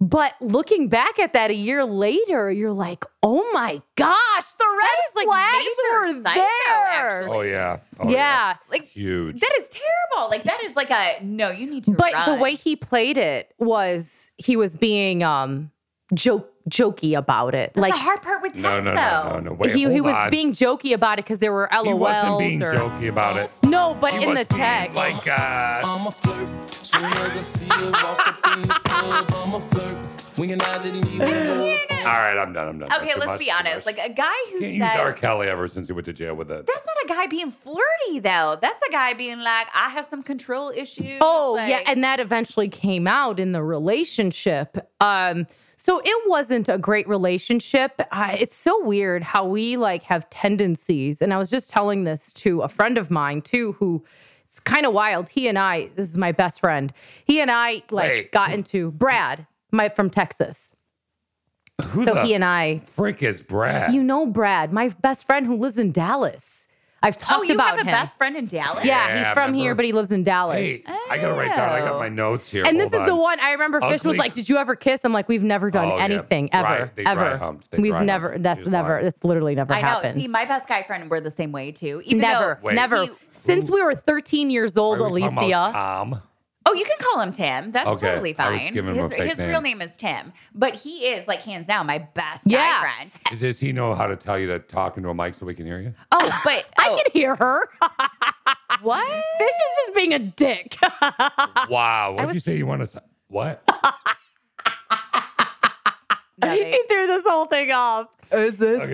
B: But looking back at that a year later, you're like, "Oh my gosh, the red
C: is, like,
B: flags
C: major
B: were
C: psycho,
B: there."
C: actually.
A: oh yeah, oh,
B: yeah.
C: Like
A: huge.
C: that is terrible. Like that is like a no. You need to.
B: But the
C: run.
B: way he played it was he was being um joke jokey about it.
C: That's
B: like
C: the hard part with text
A: no, no, no,
C: though.
A: no, no. Wait,
B: he, he
A: hold
B: was
A: on.
B: being jokey about it because there were LOLs.
A: He wasn't being
B: or,
A: jokey about it.
B: No, but
A: He
B: in
A: was
B: the
A: being
B: text.
A: like, uh,
I: I'm a flirt. Soon as I see her walk up in the club, I'm a flirt. Winging eyes at me.
A: all right, I'm done. I'm done.
C: Okay,
A: Too
C: let's
A: much,
C: be
A: too
C: honest.
A: much.
C: Like a guy who
A: can't use
C: says
A: R. Kelly ever since he went to jail with it.
C: that's not a guy being flirty though. That's a guy being like, I have some control issues.
B: Oh
C: Like,
B: yeah, and that eventually came out in the relationship. Um, so it wasn't a great relationship. Uh, it's so weird how we like have tendencies. And I was just telling this to a friend of mine too, who it's kind of wild. He and I, this is my best friend. He and I like
A: Wait.
B: got into Brad, my from Texas.
A: Who
B: So
A: the
B: he and I,
A: frick is Brad?
B: you know, Brad, my best friend who lives in Dallas. I've
C: oh,
B: talked
C: you
B: about
C: have a
B: him.
C: best friend in Dallas.
B: yeah,
A: Yeah, I
B: he's from here,
A: remember.
B: but he lives in Dallas.
A: hey, I gotta write down. I got my notes here.
B: Oh. And
A: Hold
B: this is the
A: on.
B: one I remember. Fish was
A: Ugly.
B: like, "Did you ever kiss?" I'm like, "We've never done
A: Oh, yeah.
B: anything
A: Dry-
B: ever,
A: they dry
B: ever.
A: humped. They
B: We've
A: dry
B: never.
A: humped.
B: That's
A: She's
B: never.
A: lying.
B: That's literally never
C: I know.
B: happened.
C: See, my best guy friend, we're the same way too. Even
B: never,
C: though-
A: Wait.
B: never.
C: he-
B: Since we were 13 years old,
A: Are we talking about
B: Alicia.
A: Tom.
C: Oh, you can call him Tim. That's
A: Okay,
C: totally
A: I was
C: fine.
A: giving him
C: his
A: a fake
C: his
A: name.
C: real name is Tim, but he is like hands down my best
B: Yeah.
C: guy friend.
A: Does he know how to tell you to talk into a mic so we can hear you?
C: Oh, but
B: I
C: oh,
B: can hear her.
C: what?
B: Fish is just being a dick. Uh,
A: Wow. What did you say you want to? What?
B: he threw this whole thing off.
A: Okay.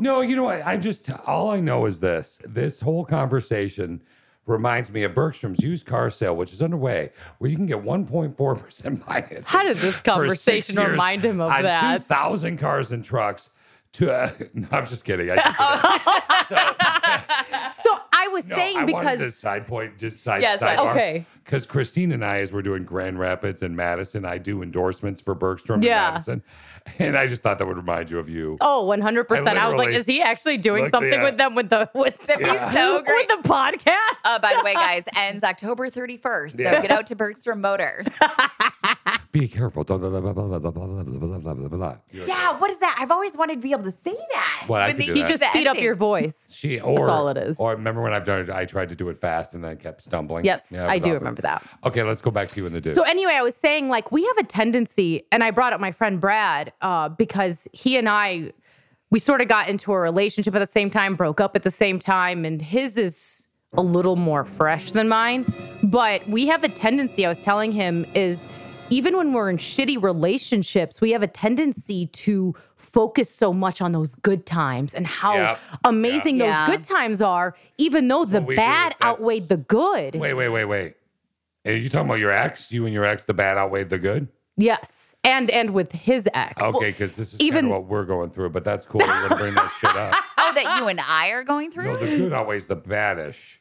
A: No, you know what? I'm just all I know is this. This whole conversation reminds me of Bergstrom's used car sale, which is underway, where you can get 1.4 percent finance.
B: How did this conversation remind him of that?
A: Two thousand cars and trucks. To uh, no, I'm just kidding. I just did that.
B: So I was
A: so, no,
B: saying
A: I wanted
B: because
A: to side point, just side
C: Yes, I-
A: sidebar.
B: Okay.
A: Because Christine and I, as we're doing Grand Rapids and Madison, I do endorsements for Bergstrom
B: Yeah.
A: and Madison, and I just thought that would remind you of you.
B: oh, 100. percent I was like,
A: literally
B: is he actually doing
A: looked
B: something
A: at-
B: with them with the with the,
C: Yeah. so
B: with
C: great.
B: the podcast?
C: Oh, by the way, guys, ends October 31st. So
A: Yeah.
C: get out to Bergstrom Motors.
A: Be careful. Blah, blah, blah, blah, blah, blah, blah, blah, blah, blah, blah, blah. You're-
C: yeah, what is that? I've always wanted to be able to say that.
A: Well, I
C: When
A: could
C: they
A: do
B: you
A: that.
B: just
C: the
B: speed up
C: ending.
B: your voice.
A: She or
B: all it is.
A: Or remember when I've done it, I tried to do it fast and then I kept stumbling.
B: Yes,
A: Yeah, it
B: I
A: was
B: do
A: awkward.
B: remember that.
A: Okay, let's go back to you and the dude.
B: So anyway, I was saying like we have a tendency, and I brought up my friend Brad uh, because he and I we sort of got into a relationship at the same time, broke up at the same time, and his is a little more fresh than mine. But we have a tendency. I was telling him is even when we're in shitty relationships, we have a tendency to focus so much on those good times and how
A: Yep.
B: amazing those
C: Yeah.
B: good times are, even though the
A: what we do.
B: bad
A: That's-
B: outweighed the good.
A: wait, wait, wait, wait. Are you talking about your ex? You and your ex, the bad outweighed the good?
B: Yes. And and with his ex.
A: Okay, because this is
B: even-
A: even what we're going through, but that's cool. We're going to bring that shit up.
C: Oh, that you and I are going
A: No,
C: through?
A: the good outweighs the badish.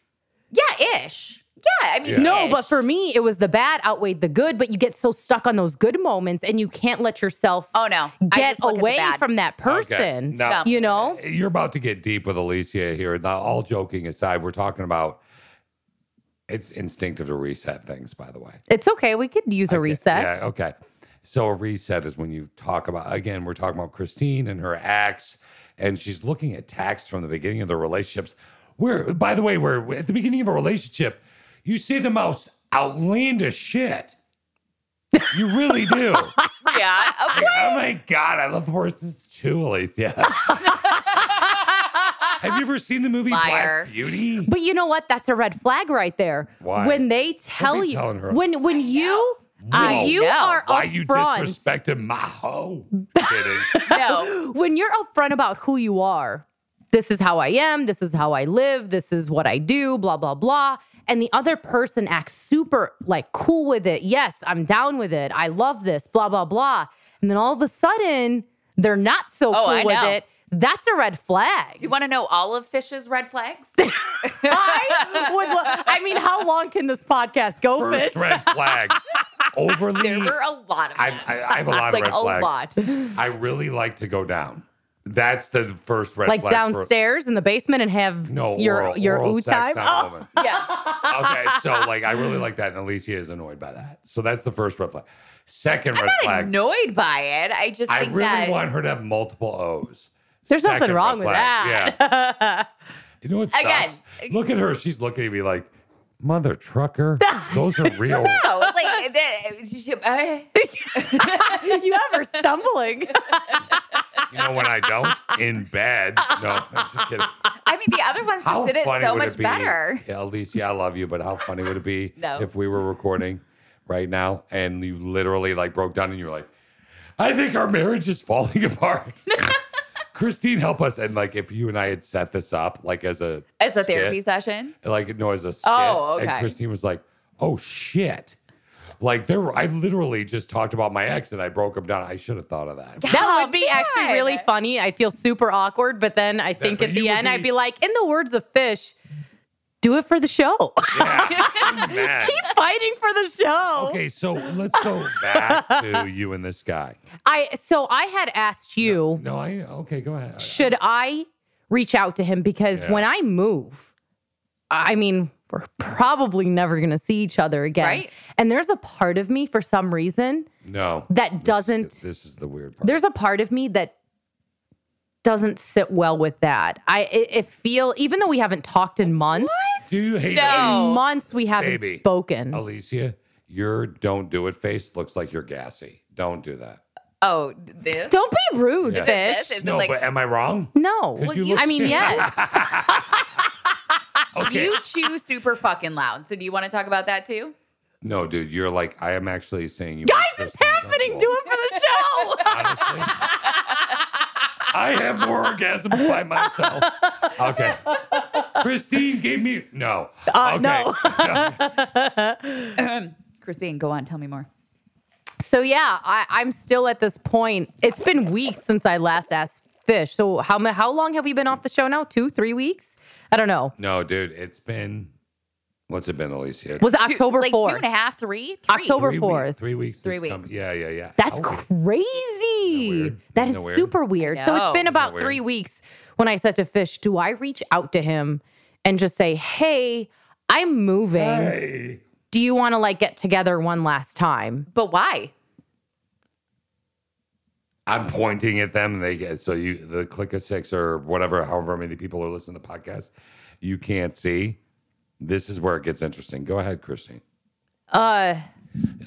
C: yeah, ish. Yeah, I mean,
A: Yeah.
B: No,
C: ish.
B: but for me, it was the bad outweighed the good, but you get so stuck on those good moments and you can't let yourself
C: Oh, no. I
B: get
C: just look at the
B: away
C: bad.
B: from that
A: Okay.
B: person.
A: Now-
B: You know?
A: You're about to get deep with Alicia here. Now, all joking aside, we're talking about it's instinctive to reset things, by the way.
B: It's okay. We could use a reset.
A: Yeah, okay. So a reset is when you talk about again, we're talking about Christine and her ex, and she's looking at texts from the beginning of the relationships. Where, by the way, we're at the beginning of a relationship, you say the most outlandish shit. You really do.
C: yeah. Okay.
A: oh my god, I love horses too, Alicia. Have you ever seen the movie
C: Liar.
A: Black Beauty?
B: But you know what? That's a red flag right there.
A: Why?
B: When they tell
A: be
B: you
A: telling her.
B: when when you when
A: Whoa.
B: you
C: I know.
B: are
A: Why
B: upfront,
A: you disrespecting my hoe? Kidding.
C: No.
B: when you're upfront about who you are, this is how I am, this is how I live, this is what I do, blah, blah, blah. And the other person acts super like cool with it. Yes, I'm down with it. I love this, blah, blah, blah. And then all of a sudden, they're not so
C: Oh,
B: cool
C: I
B: with
C: know.
B: it. That's a red flag.
C: You want to know all of Fish's red flags?
B: I would. Lo- I mean, how long can this podcast go,
A: First
B: Fish?
A: red flag. Overly
C: there were a lot of
A: I,
C: them.
A: I, I have a lot of
C: like
A: red
C: a
A: flags. I
C: lot.
A: really like to go down. That's the first red
B: Like
A: flag. for-
B: downstairs in the basement and have
A: no,
B: your
A: oral,
B: your
A: oral
B: ooh
A: sex
B: time.
A: on
B: Oh,
A: a woman.
C: Yeah.
A: Okay, so like I really like that, and Alicia is annoyed by that. So that's the first red flag. Second red flag.
C: Annoyed by it. I just
A: I
C: think
A: really
C: that
A: want her to have multiple O's.
B: there's
A: Second red
B: nothing wrong with
A: flag,
B: that.
A: Yeah. You know what sucks?
C: Again.
A: Look at her. She's looking at me like, mother trucker. Those are real.
C: no, like that.
B: you have her stumbling.
A: You know when I don't in bed. No, I'm just kidding.
C: I mean, the other ones
A: How
C: just did it
A: funny
C: so
A: would
C: much
A: it be?
C: better.
A: Yeah, Alicia, I love you, but how funny would it be
C: No.
A: if we were recording right now and you literally like broke down and you were like, I think our marriage is falling apart. Christine, help us. And like if you and I had set this up like as a
C: As a
A: skit,
C: therapy session.
A: like no, as a skit.
C: Oh, okay.
A: And Christine was like, "Oh shit." Like there, were, I literally just talked about my ex and I broke him down. I should have thought of that.
B: That
C: Oh,
B: would be
C: man.
B: actually really funny. I'd feel super awkward, but then I think
A: but
B: at
A: you
B: the
A: would
B: end,
A: be-
B: I'd be like, in the words of Fish, do it for the show.
A: Yeah. Man.
B: Fighting for the show.
A: Okay, so let's go back to you and this guy.
B: I so I had asked you,
A: No, I okay. Go ahead.
B: should I reach out to him? Because
A: Yeah.
B: when I move, I mean, we're probably never gonna see each other again.
C: Right.
B: And there's a part of me for some reason
A: No,
B: that doesn't
A: This is the weird part.
B: there's a part of me that doesn't sit well with that. I it, it feel even though we haven't talked in months,
A: Do you hate
C: No.
B: in months we haven't
A: Baby.
B: spoken.
A: Alicia? Your don't do it face looks like you're gassy. Don't do that.
C: Oh, this?
B: Don't be rude,
A: Yeah.
B: fish.
C: This is-
A: No,
C: like-
A: but am I wrong?
B: no.
A: 'Cause you
C: you-
A: look
B: I mean,
A: shit.
B: yes.
A: Okay.
C: You chew super fucking loud. So do you want to talk about that too?
A: no, dude, you're like I am actually saying you.
B: Guys, it's happening. Do it for the show.
A: honestly. I have more orgasms by myself. Okay. Christine gave me no.
B: Uh,
A: okay.
B: no.
C: Christine, go on. Tell me more.
B: so yeah, I, I'm still at this point. It's been weeks since I last asked fish. So how ma- how long have we been off the show now? Two, three weeks? I don't know.
A: No, dude, it's been what's it been, Alicia?
B: Was it
C: Two-
B: October
C: like two
B: fourth?
C: and a half, three? Three.
B: October
A: three
B: fourth.
A: Week, three weeks.
C: Three
A: this com-
C: weeks.
A: yeah, yeah, yeah.
B: That's
A: How weird.
B: crazy.
A: weird?
B: That
A: Isn't
B: is
A: Oh. that weird?
B: super weird. So it's
C: know.
B: been
C: Isn't
B: about
A: weird?
B: three weeks when I said to Fish, Do I reach out to him and just say, Hey, I'm moving.
A: Hey.
B: Do you want to like get together one last time?
C: But why?
A: I'm pointing at them. And they get so you the click of six or whatever, however many people are listening to the podcast, you can't see. This is where it gets interesting. Go ahead, Christine.
B: Uh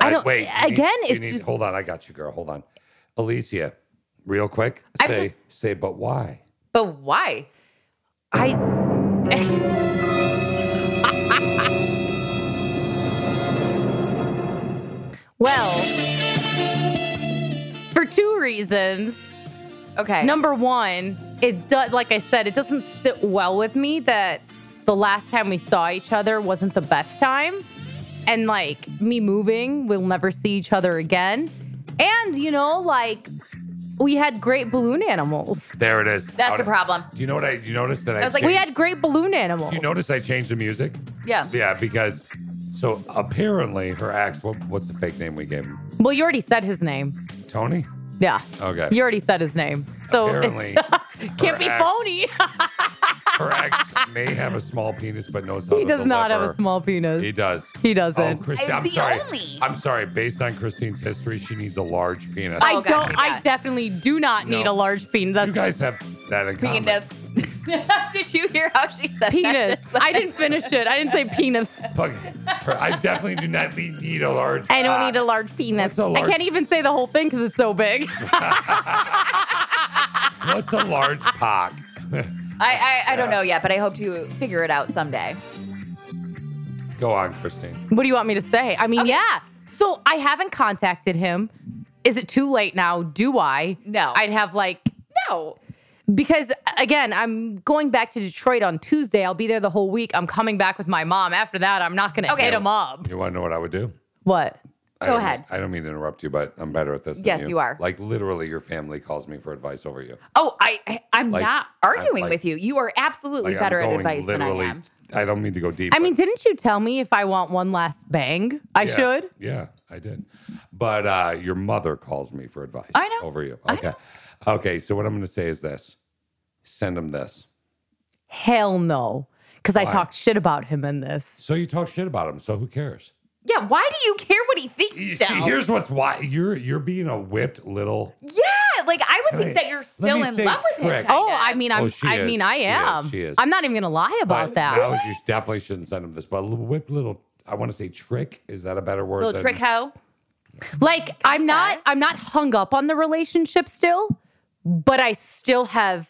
B: I don't
A: wait. you need-
B: again
A: you
B: it's
A: need-
B: just
A: hold on. I got you, girl. Hold on, Alicia. Real quick,
B: I'm
A: say
B: just-
A: say, but why?
C: But why?
B: I Well, for two reasons.
C: Okay.
B: Number one, it does. Like I said, it doesn't sit well with me that the last time we saw each other wasn't the best time, and like me moving, we'll never see each other again. And you know, like we had great balloon animals.
A: There it is.
C: That's
A: Out-
C: the problem.
A: Do you know what I? Do you notice that I?
C: was like,
A: changed-
B: We had great balloon animals.
A: Do you notice I changed the music?
C: Yeah.
A: Yeah, because So apparently, her ex. What, what's the fake name we gave him?
B: Well, you already said his name.
A: Tony.
B: Yeah.
A: Okay.
B: You already said his name. So
A: Apparently,
B: it's- can't be
A: ex-
B: phony.
A: her ex may have a small penis, but knows how
B: he
A: to
B: does not have
A: deliver.
B: a small penis.
A: He does.
B: He doesn't.
A: Oh, Christi-
C: Uh,
A: I'm
C: the
A: sorry.
C: only-
A: I'm sorry. Based on Christine's history, she needs a large penis.
B: I
C: Oh, gotcha,
B: don't. I
C: gotcha.
B: definitely do not
A: No.
B: need a large penis. That's
A: you guys have that in common.
C: Penis. Did you hear how she said
B: penis.
C: That?
B: I didn't finish it. I didn't say penis.
A: Fuck. Her- I definitely do not le- need a large.
B: I don't
A: cock.
B: need a large penis.
A: What's a
B: I
A: Uh, large-
B: can't even say the whole thing because it's so big.
A: What's a large cock?
C: I, I I don't know yet, but I hope to figure it out someday.
A: Go on, Christine.
B: What do you want me to say? I mean, yeah. So I haven't contacted him. Is it too late now? Do I?
C: No.
B: I'd have like no. Because again, I'm going back to Detroit on Tuesday. I'll be there the whole week. I'm coming back with my mom. After that, I'm not going to
C: Okay.
B: hit him up.
A: You want to know what I would do?
B: What?
A: I
C: Go
A: don't-
C: ahead.
A: I don't mean to interrupt you, but I'm better at this. than
C: Yes, you are.
A: Like literally, your family calls me for advice over you.
C: Oh, I I- I'm
A: Like,
C: not arguing
A: I- like-
C: with you. You are absolutely
A: Like, I'm
C: better at
A: going
C: advice than I
A: literally-
C: am.
A: I don't mean to go deep.
B: I mean, didn't you tell me if I want one last bang, I
A: Yeah.
B: should?
A: Yeah, I did. But uh, your mother calls me for advice.
C: I know.
A: Over you.
C: I
A: Okay. Okay. So what I'm going to say is this: send him this.
B: Hell no. Because I
A: Why?
B: talked shit about him in this.
A: So you talk shit about him. So who cares?
C: Yeah, why do you care what he
A: You
C: thinks?
A: see,
C: now?
A: here's what's why you're you're being a whipped little.
C: yeah, like I would
A: Can
C: think
A: I-
C: that you're
A: let
C: still
A: me
C: in
A: say
C: love with him.
A: trick.
C: kind
B: Oh,
C: of.
B: I mean, I'm.
A: Oh, she
B: I
A: is.
B: mean, I
A: She is.
B: am.
A: She is.
B: I'm not even gonna lie about
A: But
B: that.
A: Now you definitely shouldn't send him this. But a little whipped little. I want to say trick. Is that a better word?
C: little
A: than-
C: trick hoe.
B: Like I'm not
C: that.
B: I'm not hung up on the relationship still, but I still have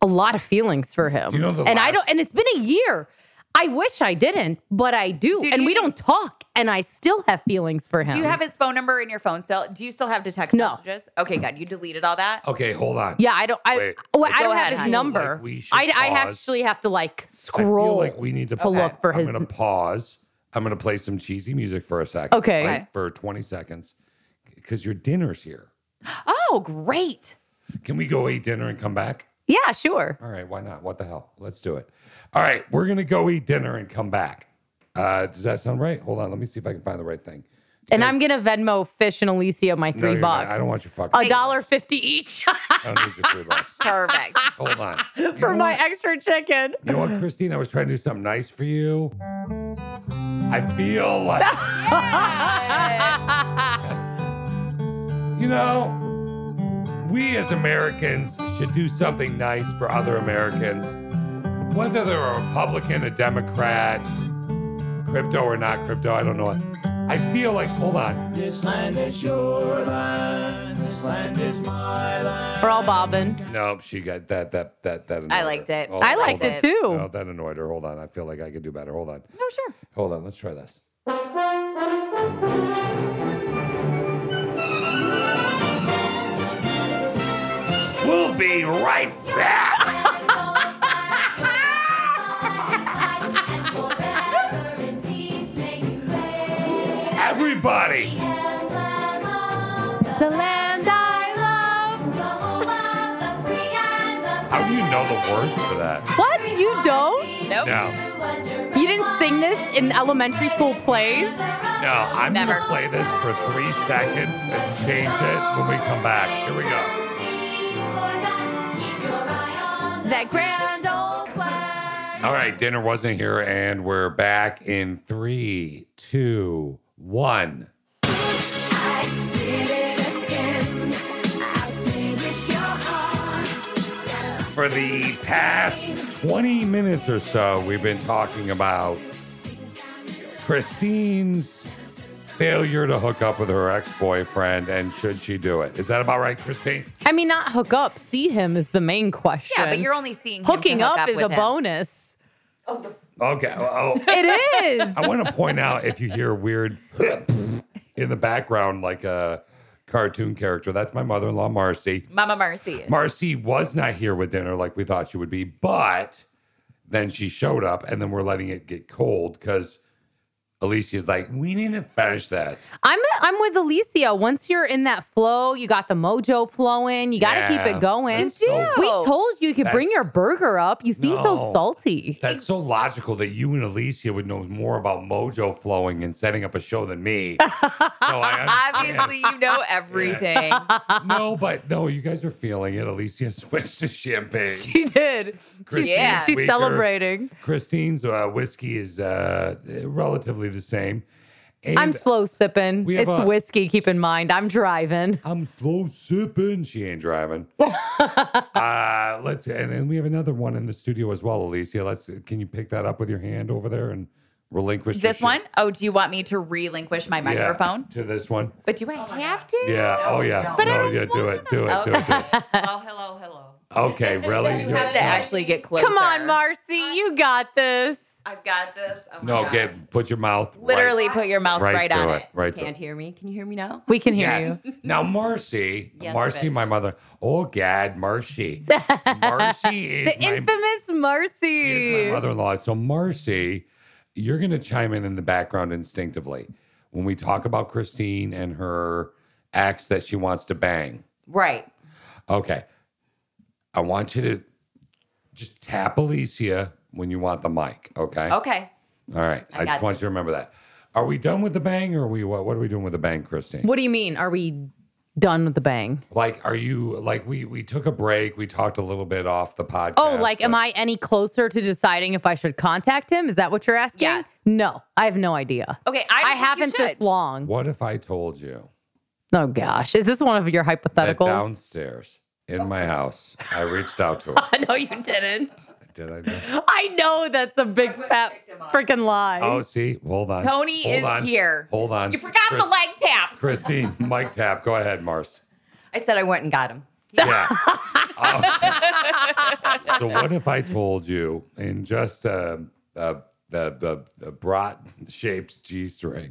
B: a lot of feelings for him.
A: Do you know the
B: and I
A: last-
B: don't and it's been a year. I wish I didn't, but I do.
C: Did
B: and we
C: you-
B: don't talk and I still have feelings for him.
C: Do you have his phone number in your phone still? Do you still have to text
B: No.
C: messages? Okay, good. You deleted all that.
A: Okay, hold on.
B: Yeah, I don't I
A: Wait.
B: well, I
C: Go
B: don't
C: ahead,
B: have his
C: honey.
B: number.
A: Like, we should
B: I I
A: pause.
B: actually have to like
A: I feel
B: scroll.
A: like we need to,
B: to look for
A: I'm
B: his-
A: I'm going to pause. I'm going to play some cheesy music for a second.
B: Okay.
A: like,
B: Okay.
A: for 20 seconds because your dinner's here.
C: Oh, great.
A: Can we go eat dinner and come back?
B: yeah, sure.
A: All right, why not? What the hell? Let's do it. All right, we're going to go eat dinner and come back. Uh, does that sound right? Hold on. Let me see if I can find the right thing.
B: And I'm gonna Venmo Fish and Alicia my
A: No,
B: three
A: you're not.
B: bucks. Oh,
A: I don't want your fucking
B: A dollar fifty each
A: I don't need your three bucks.
C: Perfect.
A: Hold on. You
B: for
A: know
B: my
A: what?
B: extra chicken.
A: You know what, Christine? I was trying to do something nice for you. I feel like. you know, we as Americans should do something nice for other Americans, whether they're a Republican, a Democrat, crypto or not crypto. I don't know. I feel like, hold on.
D: This land is your land. This land is my land.
B: We're all bobbing.
A: No, she got that. That that that. Annoyed
C: I
A: her.
C: liked it.
A: Hold
B: I
A: on,
B: liked
A: hold
B: it
A: on.
B: too.
A: No, that annoyed her. Hold on. I feel like I could do better. Hold on.
C: No, sure.
A: Hold on. Let's try this. We'll be right back. Everybody,
B: The land I love.
A: how do you know the words for that?
B: What? You don't?
C: Nope.
A: No,
B: You didn't sing this in elementary school plays?
A: no, I'm
C: Never.
A: gonna play this for three seconds and change it when we come back. Here we go.
B: That grand old flag.
A: All right, dinner wasn't here, and we're back in three, two, one. For the past 20 minutes or so, we've been talking about Christine's failure to hook up with her ex boyfriend and should she do it? Is that about right, Christine?
B: I mean, not hook up. See him is the main question.
C: Yeah, but you're only seeing him to
B: hooking
C: hook
B: up, is
C: with
B: a
C: him.
B: bonus.
A: Okay. Oh,
B: It is.
A: I want to point out if you hear weird in the background, like a cartoon character, that's my mother in law, Marcy.
C: Mama Mercy.
A: Marcy was not here with dinner like we thought she would be, but then she showed up and then we're letting it get cold because Alicia's like, we need to finish this.
B: I'm I'm with Alicia. Once you're in that flow, you got the mojo flowing. You got to keep
A: Yeah,
B: it going.
A: that's so-
B: we told you you could bring your
A: That's-
B: burger up. You seem
A: No.
B: so salty.
A: That's so logical that you and Alicia would know more about mojo flowing and setting up a show than me. so I understand.
C: Obviously, you know everything.
A: no, but no, you guys are feeling it. Alicia switched to champagne.
B: She did. She's,
A: Christine's
C: Yeah.
B: she's
A: weaker.
B: celebrating.
A: Christine's uh, whiskey is uh, relatively the same. And
B: I'm slow sipping.
A: we have
B: It's
A: a-
B: whiskey. Keep in mind, I'm driving.
A: I'm slow sipping. She ain't driving. uh, let's and then we have another one in the studio as well, Alicia. Let's can you pick that up with your hand over there and relinquish your
C: this
A: shit?
C: one? Oh, do you want me to relinquish my
A: Yeah,
C: microphone?
A: to this one.
C: But do I have to?
A: Yeah. oh yeah.
C: But
A: no,
C: I don't
A: yeah. Do it. Do it.
C: wanna.
A: Do it. Do it.
C: Oh, hello, hello.
A: Okay. Really.
C: You have to actually get closer.
B: Come on, Marcy, you got this.
C: I've got this. Oh my
A: No.
C: God.
A: Get put your mouth right-
C: Literally put your mouth
A: Right
C: right,
A: to
C: on
A: it,
C: it.
A: right to
C: Can't
A: it.
C: hear me. Can you hear me now?
B: We can hear
A: Yes.
B: you.
A: Now, Marcy,
C: Yes,
A: Marcy,
C: bitch.
A: my mother. Oh, God, Marcy. Marcy is
B: The
A: my,
B: infamous Marcy.
A: is my mother-in-law. So, Marcy, you're going to chime in in the background instinctively when we talk about Christine and her acts that she wants to bang.
C: Right.
A: Okay. I want you to just tap Alicia when you want the mic, okay?
C: Okay.
A: All right. I, just
C: Oh, got
A: want
C: this.
A: you to remember that. Are we done with the bang or are we what, what are we doing with the bang, Christine?
B: What do you mean? Are we done with the bang?
A: Like, are you like we we took a break? We talked a little bit off the podcast.
B: Oh, like, am I any closer to deciding if I should contact him? Is that what you're asking?
C: Yes.
B: No, I have no idea.
C: Okay. I, don't
B: I
C: think you
B: haven't
C: should.
B: this long.
A: What if I told you
B: Oh gosh, is this one of your
A: that
B: hypotheticals?
A: downstairs in my house, I reached out to her?
B: no, you didn't.
A: Did I? Know?
B: I know that's a big fat freaking lie.
A: Oh, see, hold on.
C: Tony
A: Hold
C: is
A: on.
C: here.
A: Hold on.
C: You forgot the
A: Chris-
C: leg tap.
A: Christine, mic tap. Go ahead, Mars.
C: I said I went and got him.
A: Yeah. Okay. so what if I told you in just uh, uh, the the, the brat shaped G string?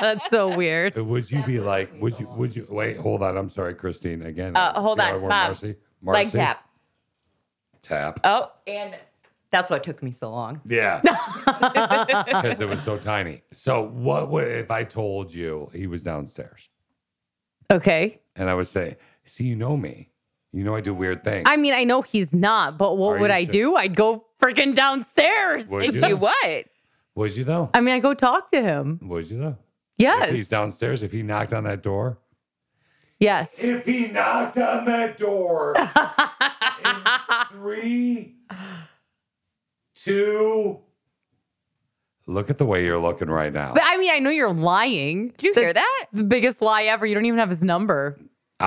B: That's so weird.
A: Uh, Would you be like, would you, would you, wait, hold on. I'm sorry, Christine. Again,
C: Uh, hold
A: see how
C: on,
A: I wore
C: Mom.
A: Marcy? Marcy?
C: Leg tap.
A: Tap.
C: Oh, and that's what took me so long.
A: Yeah. Because it was so tiny. So, what would, if I told you he was downstairs
B: Okay.
A: and I would say, see, you know me. You know I do weird things.
B: I mean, I know he's not, but what
A: Are
B: would
A: you
B: I
A: sure?
B: do? I'd go freaking downstairs.
A: would you?
C: You what?
A: would you though?
B: I mean, I go talk to him.
A: Would you though? If he's
B: Yes.
A: downstairs, if he knocked on that door.
B: Yes.
A: If he knocked on that door in three, two. Look at the way you're looking right now.
B: But I mean, I know you're lying.
C: Did you hear
B: That's
C: that?
B: The biggest lie ever. You don't even have his number.
A: Uh,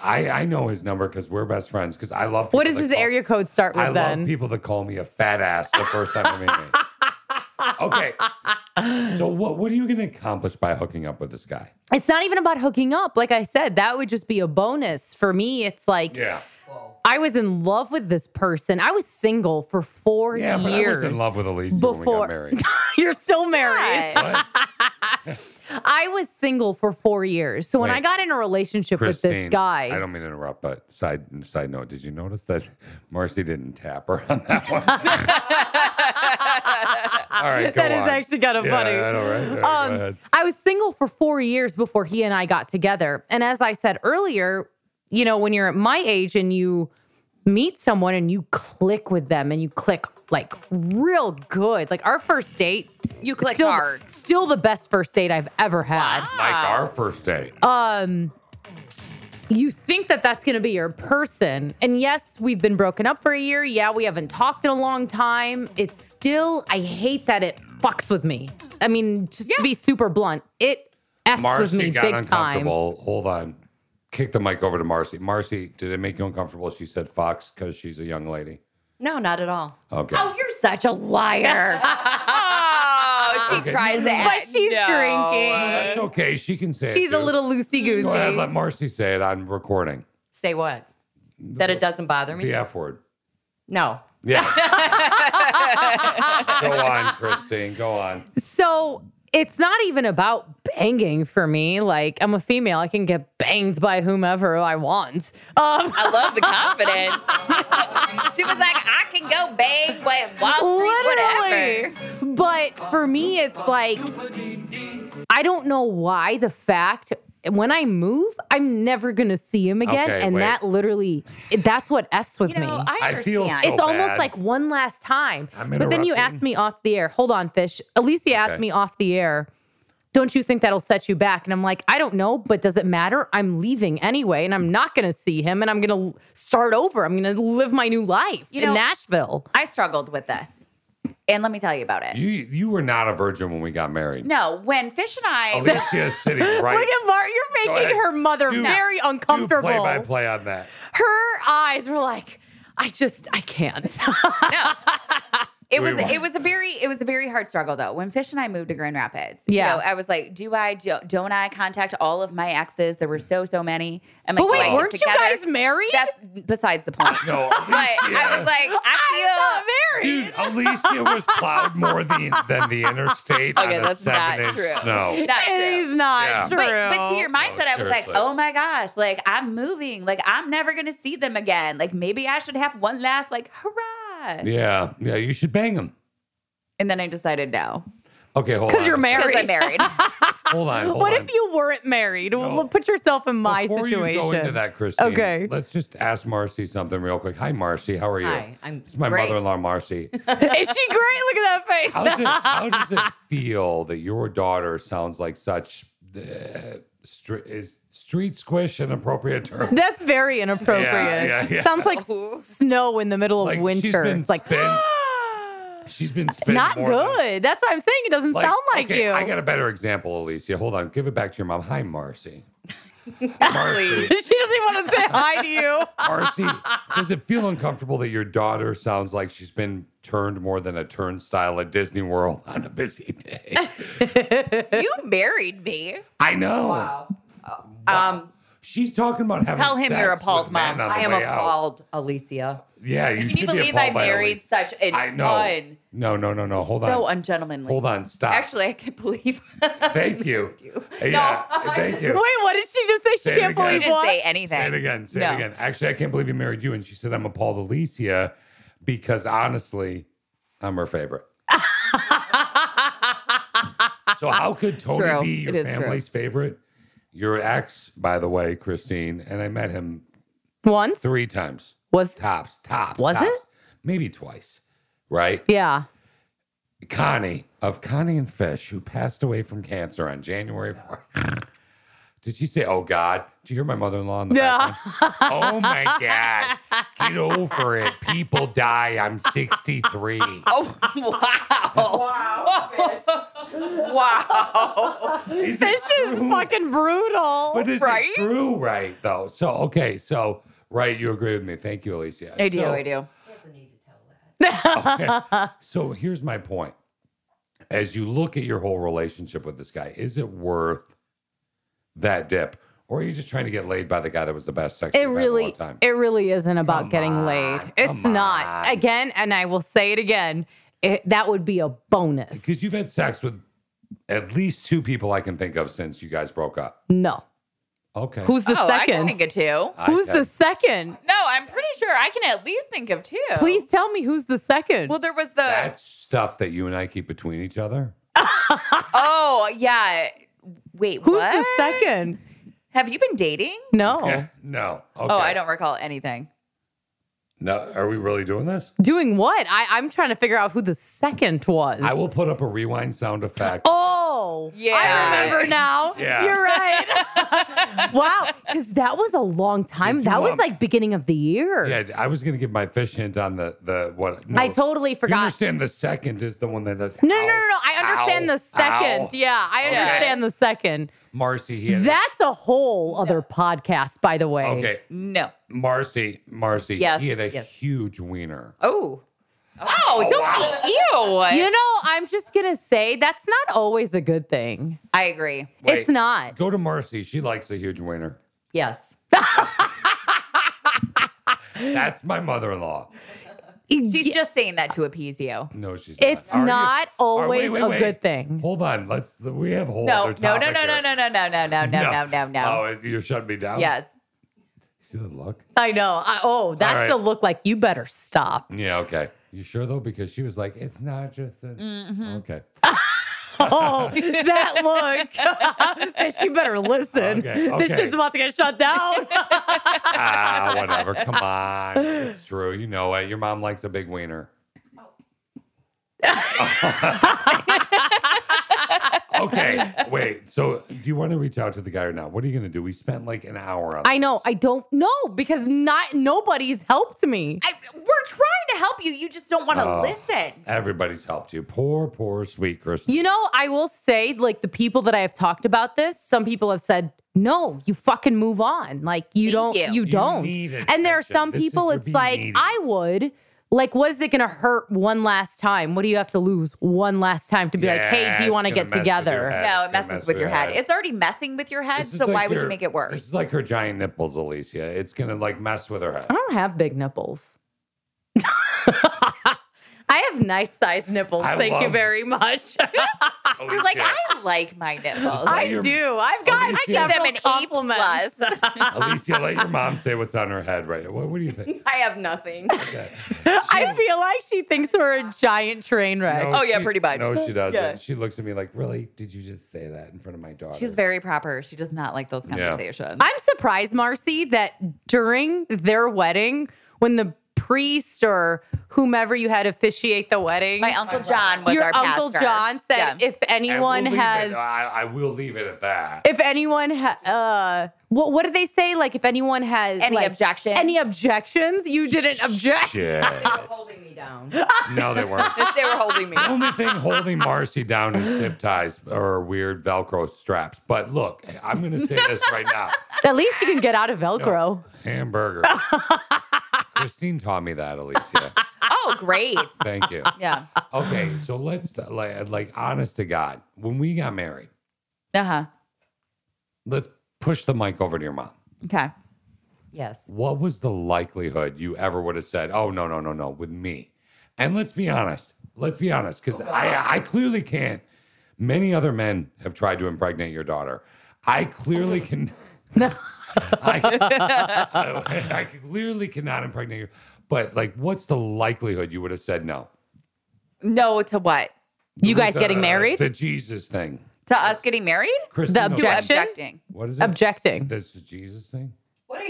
A: I I know his number because we're best friends. Because I love. people
B: What does
A: that
B: his
A: call-
B: area code start with
A: oh, I
B: then?
A: love people that call me a fat ass the first time they meet me. Okay. So what what are you going to accomplish by hooking up with this guy?
B: It's not even about hooking up. Like I said, that would just be a bonus. For me, it's like
A: Yeah.
B: I was in love with this person. I was single for four
A: Yeah, but I
B: years.
A: was in love with Elise when we got
B: before-
A: married.
B: You're still married.
A: What?
B: I was single for four years. So when
A: Wait.
B: I got in a relationship with
A: Christine,
B: this guy,
A: I don't mean to interrupt, but side side note, did you notice that Marcy didn't tap her on that one? All right, go
B: that is
A: on.
B: actually kind of
A: yeah,
B: funny.
A: I know, right? All right, go
B: um,
A: ahead.
B: I was single for four years before he and I got together. And as I said earlier, you know, when you're at my age and you meet someone and you click with them and you click like real good, like our first date,
C: You clicked
B: still,
C: hard.
B: still the best first date I've ever had.
A: Like our first date.
B: You think that that's going to be your person. And yes, we've been broken up for a year. Yeah, we haven't talked in a long time. It's still, I hate that it fucks with me. I mean, just to be super blunt, it F's with
A: Marcy
B: me
A: got
B: big time.
A: uncomfortable. Hold on. Kick the mic over to Marcy. Marcy, did it make you uncomfortable? She said Fox because she's a young lady.
C: No, not at all.
A: Okay.
C: You're such a liar. oh, she
A: Okay.
C: tries to
B: But
C: act.
B: she's
C: No.
B: drinking.
A: That's okay. She can say it,
B: She's a
A: dude.
B: little loosey goosey.
A: Go ahead. Let Marcy say it on recording.
C: Say what? That it doesn't bother me?
A: The F word.
C: No.
A: Yeah. go on, Christine. Go on.
B: So it's not even about banging for me. Like I'm a female, I can get banged by whomever I want. Um,
C: I love the confidence. she was like, I can go bang, but Wall Street, whatever.
B: literally. But for me, it's like I don't know why the fact when I move, I'm never gonna see him again,
A: Okay,
B: and
A: wait.
B: that literally that's what f's with
C: You know,
B: me.
C: I understand.
A: I feel so
B: it's almost
A: bad.
B: like one last time.
A: I'm
B: But then you
A: interrupting.
B: asked me off the air. Hold on, fish. Alicia asked
A: Okay.
B: me off the air. Don't you think that'll set you back? And I'm like, I don't know, but does it matter? I'm leaving anyway, and I'm not going to see him, and I'm going to start over. I'm going to live my new life
C: You
B: in
C: know-
B: Nashville.
C: I struggled with this. And let me tell you about it.
A: You you were not a virgin when we got married.
C: no, when Fish and I
A: Alicia is sitting right.
B: Look at Mark. You're
A: Go
B: making
A: ahead.
B: her mother
A: Do-
B: very
A: do
B: uncomfortable.
A: play by play on that.
B: Her eyes were like, I just, I can't.
C: It was
A: Rewind.
C: it was a very it was a very hard struggle though. When Fish and I moved to Grand Rapids,
B: Yeah.
C: you know, I was like, do I do, don't I contact all of my exes? There were so so many. I'm like,
B: but
C: do I
B: wait,
C: get
B: weren't you
C: together?
B: guys married?
C: That's besides the point.
A: No,
C: but I was
A: Alicia.
C: like, I
B: not
C: feel.
B: married.
A: Dude, Alicia was plowed more than, than the interstate
C: Okay,
A: on a
C: that's not
A: seven inch
C: true.
A: snow.
C: Not
B: It
C: true.
B: is not
A: Yeah.
B: true.
C: But, but to your mindset, I was like,
A: seriously.
C: oh my gosh, like I'm moving, like I'm never gonna see them again. Like maybe I should have one last like hurrah.
A: Yeah, yeah, you should bang him.
C: And then I decided no
A: Okay, hold on.
B: because you're
C: because
B: married.
C: I'm married.
A: Hold on. Hold
B: what
A: on.
B: if you weren't married? Well,
A: No.
B: put yourself in my
A: Before
B: situation.
A: you go into that, Christine,
B: Okay.
A: let's just ask Marcy something real quick. Hi, Marcy. How are you?
B: Hi, I'm
A: It's my
C: great.
A: mother-in-law, Marcy.
B: Is she great? Look at that face.
A: How does, it, how does it feel that your daughter sounds like such uh, str- is street squish an appropriate term?
B: That's very inappropriate.
A: yeah, yeah.
B: Sounds like snow in the middle of
A: Like she's
B: winter.
A: been
B: It's like
A: spin- she's been spinning
B: not
A: more than-
B: good. That's what I'm saying. It doesn't sound like
A: okay,
B: you.
A: I got a better example, Alicia. Hold on, give it back to your mom. Hi, Marcy. Marcy,
B: she doesn't even want to say hi to you.
A: Marcy, does it feel uncomfortable that your daughter sounds like she's been turned more than a turnstile at Disney World on a busy day?
C: you married me.
A: I know.
C: Um,
A: She's talking about having
C: Tell him
A: sex
C: you're
A: with
C: appalled,
A: men on
C: mom.
A: the
C: I am
A: way out.
C: appalled, Alicia.
A: Yeah, you
C: Can you
A: should be
C: believe I
A: appalled by
C: married
A: Elise.
C: such an
A: I know.
C: un,
A: No, no, no, no. Hold
C: so
A: on.
C: ungentlemanly?
A: Hold on. Stop.
C: Actually, I can't believe.
A: thank you. Yeah, thank you.
B: Wait, what did she just say?
A: Say
B: She
A: it
B: can't
A: again.
C: I
B: believe
A: She
C: didn't
B: what?
C: say anything.
A: Say it again. Say
C: No.
A: it again. Actually, I can't believe you married you. And she said, I'm appalled, Alicia, because honestly, I'm her favorite. so, how could Tony
C: true.
A: be your
C: It is
A: family's favorite? Your ex, by the way, Christine, and I met him
B: Once
A: three times.
B: was
A: Tops, tops.
B: Was
A: tops.
B: it?
A: Maybe twice, right?
B: yeah.
A: Connie of Connie and Fish, who passed away from cancer on January 4th. Did she say, Oh God? Did you hear my mother in law in the
B: Yeah.
A: background? oh my God. Get over it. People die. I'm 63.
C: Oh wow! wow! wow!
A: Is it
B: Fish is
A: true?
B: fucking brutal.
A: But is
C: Oh, right?
A: it true, right? Though. So, okay. So, right. You agree with me. Thank you, Alicia.
C: I do.
A: So-
C: I do.
A: So here's my point. As you look at your whole relationship with this guy, is it worth that dip? Or are you just trying to get laid by the guy that was the best sex
B: It
A: you've
B: really,
A: had in a long time?
B: it really isn't about
A: Come
B: getting
A: on,
B: laid. It's
A: come
B: not.
A: on.
B: Again, and I will say it again. It, that would be a bonus.
A: Because you've had sex with at least two people I can think of since you guys broke up.
B: No.
A: Okay.
B: Who's the
C: oh, I can
B: second?
C: think of two.
A: I
B: who's
A: can-
B: the second?
C: No, I'm pretty sure I can at least think of two.
B: Please tell me who's the second.
C: Well, there was the.
A: That's stuff that you and I keep between each other.
C: oh yeah. Wait,
B: who's
C: what?
B: the second?
C: Have you been dating?
B: No.
A: Yeah. No. Okay.
C: Oh, I don't recall anything.
A: No, are we really doing this?
B: Doing what? I, I'm trying to figure out who the second was.
A: I will put up a rewind sound effect.
B: Oh,
C: Yeah.
B: I remember now.
A: Yeah.
B: You're right. wow. Because that was a long time.
A: Did you
B: That was
A: want-
B: like beginning of the year.
A: Yeah, I was gonna give my fish hint on the the what. No,
B: I totally
A: You
B: forgot.
A: understand the second is the one that does.
B: No, no, no, no, no. I understand
A: ow,
B: the second.
A: ow.
B: Yeah, I
A: Okay.
B: understand the second.
A: Marcy here.
B: That's a whole other podcast, by the way.
A: okay.
C: No.
A: Marcy, Marcy.
C: Yes,
A: He had a
C: yes.
A: huge wiener.
C: Oh. Oh, don't be ew.
B: You know, I'm just gonna say that's not always a good thing.
C: I agree.
B: It's not.
A: Go to Marcy. She likes a huge wiener.
C: Yes.
A: That's my mother-in-law.
C: She's just saying that to appease you.
A: No, she's.
B: It's
A: Are you-
B: not
A: are- wait,
B: always
A: wait,
B: a
A: wait.
B: good thing.
A: Hold on. Let's. We have a whole
C: No,
A: other
C: no,
A: topic
C: no, no, no,
A: here.
C: no, no, no, no, no, no, no, no, no.
A: Oh, you're shutting me down.
C: Yes.
A: See the look.
B: I know. I, oh, that's
A: right.
B: the look like you better stop.
A: Yeah. Okay. You sure though? Because she was like, "It's not just a."
B: Mm-hmm.
A: Okay.
B: Oh, that look. Fish, you better listen.
A: Okay,
B: This
A: okay.
B: shit's about to get shut down.
A: ah, whatever. Come on. It's true. You know it. Your mom likes a big wiener. Oh. okay, wait. So, do you want to reach out to the guy or not? What are you going to do? We spent like an hour on.
B: I know. I don't know because not nobody's helped me.
C: I, we're trying to help you. You just don't want to
A: Oh.
C: listen.
A: Everybody's helped you. Poor, poor, sweet Kristen.
B: You know, I will say, like the people that I have talked about this, some people have said, "No, you fucking move on. Like you
C: Thank
B: don't,
C: you.
B: you,
A: You
B: don't."
A: need
B: And there are
A: attention.
B: some
A: This is
B: people.
A: your
B: It's like
A: being needy.
B: I would. Like, what is it going to hurt one last time? What do you have to lose one last time to be like, "Hey,
A: Yeah,
B: do you
A: it's
B: want to
A: gonna
B: get
A: mess with your
B: together?"
A: head. It's
C: No, it
A: gonna
C: messes
A: mess
C: with your head. It's already messing with your head,
A: This is
C: so
A: like
C: why would you
A: your-
C: make it
A: This
C: worse?
A: is like her giant nipples, Alicia. It's going to like mess with her head.
B: I don't have big nipples. I have nice sized nipples.
A: I
B: Thank you
A: love-
B: very much.
C: You're like,
A: Alicia.
C: I like my nipples.
A: Like
B: I
A: your-
B: do. I've got.
A: Alicia-
B: I
A: Give
B: give
C: them E
B: them
C: an A
B: compliments.
A: Alicia, let your mom say what's on her head right now. What, what do you think?
C: I have nothing.
B: I feel like she thinks we're a giant train wreck.
A: No,
C: Oh, yeah,
A: she-
C: pretty much.
A: No, she doesn't.
C: Yeah.
A: She looks at me like, really? Did you just say that in front of my daughter?
C: She's very proper. She does not like those conversations.
B: I'm surprised, Marcy, that during their wedding, when the priest or whomever you had officiate the wedding,
C: my Uncle John was
B: your
C: our
B: Uncle
C: pastor.
B: John said,
C: Yeah.
B: if
A: And
B: anyone
A: we'll leave it-
B: has,
A: I, I will leave it at that.
B: if anyone, ha- uh, what what did they say? Like, if anyone has
C: Any
B: like,
C: objections?
B: any objections, you didn't object.
A: Shit.
C: holding me down.
A: No, they weren't.
C: they were holding me.
A: The only thing holding Marcy down is zip ties or weird Velcro straps. But look, I'm going to say this right now.
B: At least you can get out of Velcro.
A: Hamburger. Christine taught me that, Alicia.
C: Oh, great.
A: Thank you.
C: Yeah.
A: Okay, so let's like, like honest to God, when we got married,
C: Uh
B: Uh-huh.
C: huh.
A: let's push the mic over to your mom.
C: Okay. Yes.
A: What was the likelihood you ever would have said, "Oh no, no, no, no," with me? And let's be honest. Let's be honest, because I, I clearly can't. Many other men have tried to impregnate your daughter. I clearly can. I, I, I clearly cannot impregnate you. But like, what's the likelihood you would have said no?
C: No to what?
B: You guys
A: The-
B: getting married?
A: The Jesus thing.
C: To us getting married?
A: Christine,
B: The
A: knows-
C: To
B: Objection?
C: objecting.
A: What is it?
B: Objecting.
A: This is Jesus thing.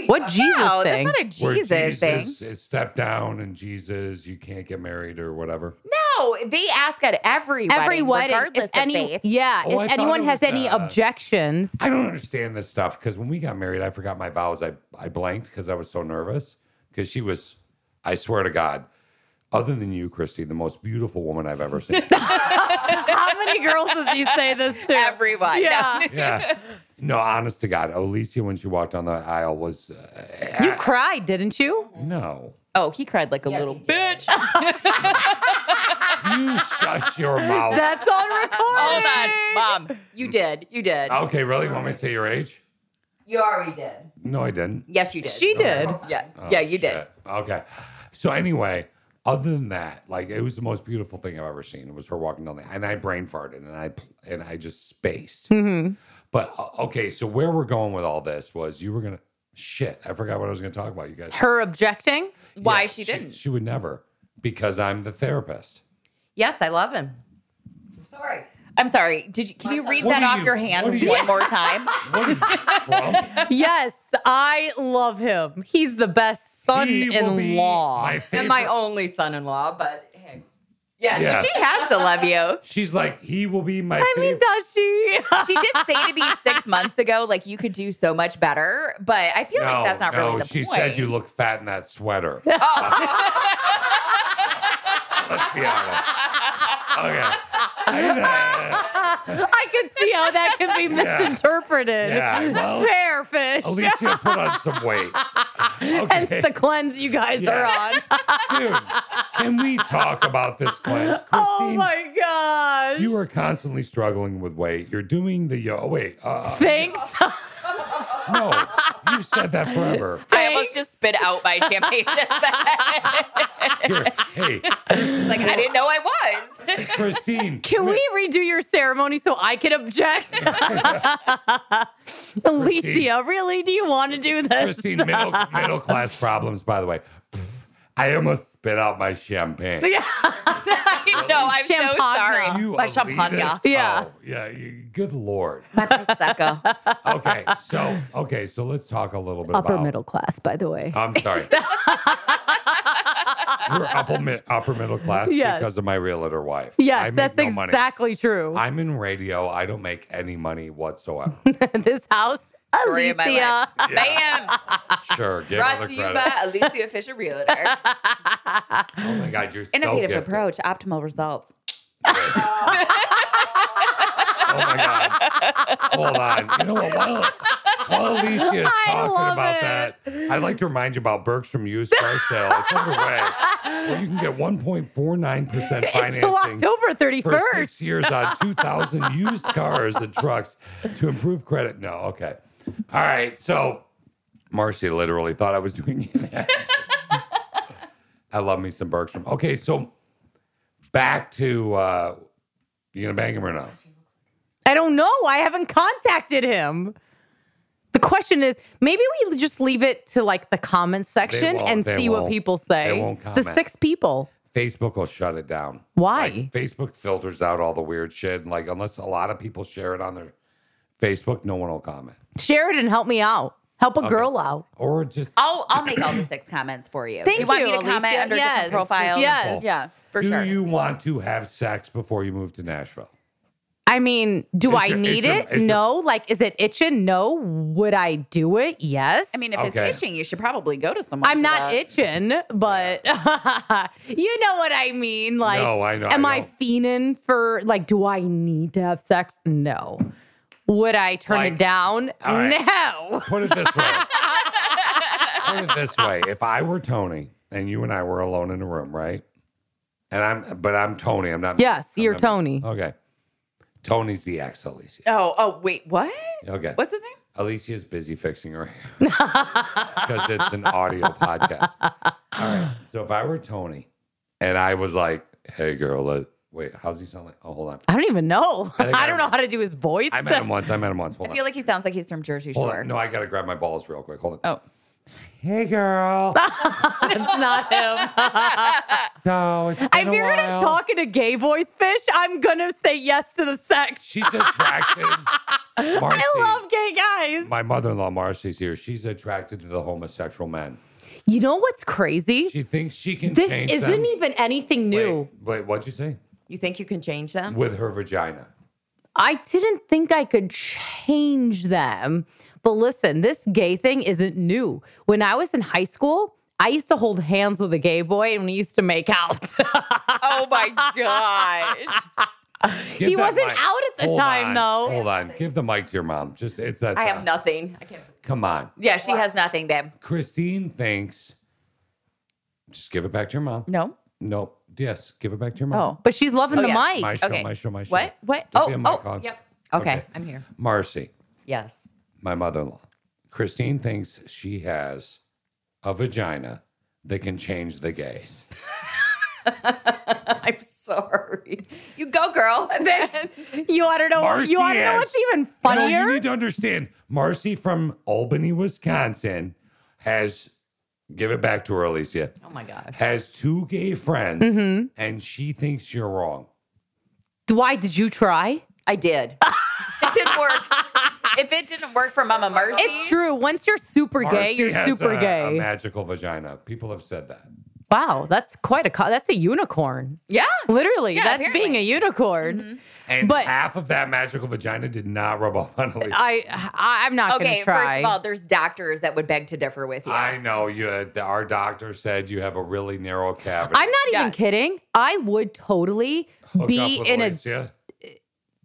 B: What Jesus
C: Oh, no,
B: thing?
C: that's not a Jesus,
A: Where
C: thing.
A: is stepped down and Jesus, you can't get married or whatever.
C: No, they ask at every wedding,
B: Every wedding,
C: regardless
B: if any,
C: of faith.
B: yeah,
A: Oh, I
B: if
A: thought
B: anyone
A: it
B: has
A: was,
B: any
A: uh,
B: objections,
A: I don't understand this stuff because when we got married, I forgot my vows. I, I blanked because I was so nervous because she was, I swear to God, other than you, Christy, the most beautiful woman I've ever seen.
B: how many girls does he say this to?
C: Everyone.
B: Yeah.
A: yeah. No, honest to God, Alicia, when she walked down the aisle, was uh,
B: You cried, didn't you?
A: no.
C: Oh, he cried like a little bitch.
A: You shush your mouth.
B: That's on record.
C: Hold on. Mom, you did. You did.
A: okay, really? Want me to say your age?
C: You already did.
A: No, I didn't.
C: Yes, you did.
B: She did.
C: Yes. yeah, you did.
A: Oh, Shit. Okay. So anyway, other than that, like it was the most beautiful thing I've ever seen. It was her walking down the and I brain farted and I and I just spaced. But uh, okay, so where we're going with all this was you were gonna shit. I forgot what I was gonna talk about. You guys,
B: Her objecting.
C: Why
A: Yeah,
C: she didn't.
A: She, would never because I'm the therapist.
C: Yes, I love him. I'm sorry. I'm sorry. Did you can you read
A: What
C: that
A: do
C: off
A: you-
C: your hand
A: what do
C: one
A: you-
C: more time?
A: What is Trump?
B: Yes, I love him. He's the best
A: He will be
B: son-in-law.
A: my favorite.
C: only son-in-law, but hey. Yes,
A: Yes.
C: she has to love you.
A: She's like he will be my.
B: I mean,
A: favorite.
B: does she?
C: She did say to me six months ago, like you could do so much better, but I feel like that's not
A: no,
C: really the
A: she
C: point. Oh.
A: says you look fat in that sweater. Let's be honest. Okay. I,
B: I can see how that can be
A: Yeah.
B: misinterpreted.
A: Yeah, well,
B: Fair fish.
A: uh, Alicia put on some weight.
B: Hence
A: Okay.
B: the cleanse you guys
A: Yeah.
B: are on.
A: Dude, can we talk about this cleanse? Christine,
B: oh my gosh.
A: you are constantly struggling with weight. You're doing the yo. Oh, wait. Uh,
B: Thanks.
A: no, You've said that forever.
J: I almost just spit out my champagne.
A: Here, hey,
J: like I didn't know I was.
A: Christine.
B: Can we redo your ceremony so I can object? Alicia, really? Do you want to do this?
A: Christine, middle, middle class problems, by the way. Pfft, I almost spit out my champagne.
J: I know. I'm so
B: Champagne.
J: sorry.
A: You
J: my
A: elitist.
J: Ah, champagne.
B: Yeah.
A: Oh, yeah. you- Good Lord.
J: My prosecco.
A: Okay. So, okay. So let's talk a little bit
B: Upper
A: about
B: middle class, by the way.
A: I'm sorry. We're upper, mi- upper middle class
B: Yes.
A: because of my realtor wife. I
B: yes,
A: make
B: that's
A: no money.
B: exactly true.
A: I'm in radio. I don't make any money whatsoever.
B: this house,
J: Story of my
B: Alicia.
J: life. Bam!
A: Sure. Give her
J: Brought
A: the
J: to you
A: credit.
J: by Alicia Fisher Realtor.
A: Oh my God. You're so
J: Innovative
A: gifted.
J: approach, optimal results.
A: oh my god! Hold on. You know what? While, while Alicia is talking about that, I'd like to remind you about Bergstrom used car sale. It's underway. Well, you can get 1.49 percent
B: Until
A: financing.
B: October
A: For
B: 31st.
A: six years on 2,000 used cars and trucks to improve credit. No, okay. All right. So Marcy literally thought I was doing that. I love me some Bergstrom. Okay. So back to uh, you going to bang him or not?
B: I don't know. I haven't contacted him. The question is, maybe we just leave it to like the comment section
A: won't,
B: and
A: they
B: see what
A: won't.
B: people say.
A: They won't
B: the
A: comment.
B: six people.
A: Facebook will shut it down.
B: Why?
A: Like, Facebook filters out all the weird shit. And like, unless a lot of people share it on their Facebook, no one will comment.
B: Share it and help me out. Help a girl out.
A: Or just
C: Oh,
J: I'll I'll make all the six comments for you.
B: Thank
J: you want me to
B: Alicia.
J: comment under
B: yes.
J: different profiles?
B: Yes.
J: Yeah, for
A: do
J: sure.
A: you want to have sex before you move to Nashville?
B: I mean, do
A: Is
B: I
A: there- is
B: need
A: there-
B: it?
A: is there-
B: no. like, is it itching? No. Would I do it? Yes.
J: I mean, if
A: Okay.
J: it's itching, you should probably go to someone.
B: I'm
J: for
B: not
J: that.
B: itching, but you know what I mean. Like,
A: No, I know, I
B: am I,
A: know.
B: fiending for like? Do I need to have sex? No. Would I turn
A: Like,
B: it down?
A: all right.
B: No.
A: Put it this way. Put it this way. If I were Tony and you and I were alone in a room, right? And I'm, but I'm Tony. I'm not.
B: Yes,
A: I'm Oh.
B: you're
A: not-
B: Tony.
A: Okay. Tony's the ex, Alicia.
J: Oh, oh, wait, what?
A: Okay.
J: What's his name?
A: Alicia's busy fixing her hair because it's an audio podcast. All right. So if I were Tony and I was like, hey, girl, let, wait, how's he sound like? Oh, hold on.
B: I don't even know. I,
A: think I
B: don't know how to do his voice.
A: I met him once. I met him once. Hold
J: I
A: on.
J: feel like he sounds like he's from Jersey
A: hold
J: Shore.
A: on. No, I got to grab my balls real quick. Hold on.
J: Oh,
A: Hey, girl.
B: That's not him.
A: so it's
B: if you're gonna talk in a gay voice, fish, I'm gonna say yes to the sex.
A: She's attracted. Marcy,
B: I love gay guys.
A: my mother-in-law Marcy's here. She's attracted to the homosexual men.
B: You know what's crazy?
A: She thinks she can
B: this
A: change
B: isn't
A: them.
B: even anything new.
A: Wait, wait, what'd you say?
J: you think you can change them?
A: With her vagina.
B: I didn't think I could change them. But listen, this gay thing isn't new. When I was in high school, I used to hold hands with a gay boy and we used to make out.
J: oh my gosh!
A: Give
B: He
A: that
B: wasn't out at the
A: Hold
B: time,
A: on,
B: though.
A: Hold on. Give the mic to your mom. Just it's that.
J: I have nothing. I can't.
A: Come on.
J: Yeah, she has nothing, babe.
A: Christine thinks. Just give it back to your mom.
J: No.
A: No. Yes. Give it back to your mom.
B: but she's loving
J: Oh,
B: the
J: yeah.
B: mic.
A: My show.
J: Okay.
A: My show. My show.
J: What? What?
A: Don't be a
J: oh,
A: mic
J: oh,
A: hog.
J: yep. Okay,
A: Okay.
J: I'm here.
A: Marcy,
J: Yes.
A: my mother-in-law. Christine thinks she has a vagina that can change the gays.
J: I'm sorry. You go, girl.
B: You want to know?
A: Marcy
B: you want to know
A: has-
B: what's even
A: No,
B: funnier?
A: you need to understand. Marcy from Albany, Wisconsin, has give it back to her, Alicia.
J: oh my gosh.
A: Has two gay friends,
B: Mm-hmm.
A: and she thinks you're wrong.
B: Why did you try?
J: I did. it didn't work. if it didn't work for Mama Mercy,
B: It's true. Once you're super gay,
A: Marcy
B: you're
A: has
B: super
A: a,
B: gay.
A: A magical vagina. People have said that.
B: wow, that's quite a co- that's a unicorn.
J: Yeah.
B: Literally,
J: Yeah,
B: that's
J: apparently. Mm-hmm.
B: being a unicorn.
A: And
B: But-
A: half of that magical vagina did not rub off on Alicia. I,
B: I, I I'm not
J: Okay,
B: gonna try.
J: first of all, there's doctors that would beg to differ with you.
A: know you. uh, Our doctor said you have a really narrow cavity.
B: I'm not even
J: Yeah.
B: kidding. I would totally
A: Hook
B: be
A: up with
B: in a
A: Alicia.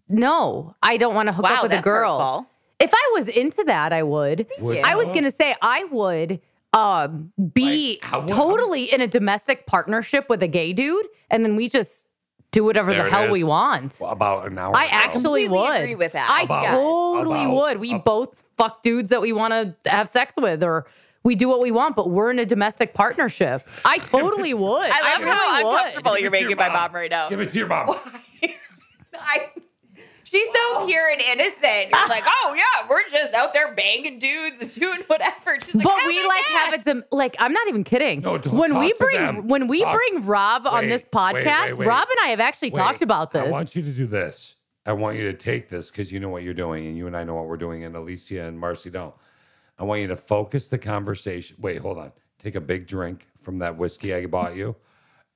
B: no. I don't want to hook up
J: wow,
B: with
J: that's
B: a girl.
J: hurtful.
B: If I was into that, I would.
A: Would
J: you.
B: I was
A: you?
B: gonna say I would um, be
A: Like, how-
B: totally in a domestic partnership with a gay dude, and then we just do whatever
A: There
B: the
A: it
B: hell we
A: is.
B: want.
A: About an hour.
B: I
A: ago.
B: actually
J: Completely
B: would
J: agree with that.
B: I
A: About-
B: totally
A: about-
B: would. We
A: ab-
B: both fuck dudes that we want to have sex with or we do what we want, but we're in a domestic partnership. I totally would.
C: I love how
B: really would.
C: uncomfortable you're making my mom right now.
A: Give it to your mom.
C: I, she's so pure and innocent. You're like, oh yeah, we're just out there banging dudes and doing whatever. She's like,
B: but
C: oh
B: we
C: my
B: like
C: God.
B: have it to like I'm not even kidding.
A: No, don't
B: when
A: talk
B: we
A: to
B: bring
A: them.
B: when we
A: Talk-
B: bring Rob on
A: Wait,
B: this podcast,
A: wait, wait, wait.
B: Rob and I have actually
A: Wait,
B: talked about this.
A: I want you to do this. I want you to take this because you know what you're doing, and you and I know what we're doing, and Alicia and Marcy don't. I want you to focus the conversation. Wait, hold on. Take a big drink from that whiskey I bought you.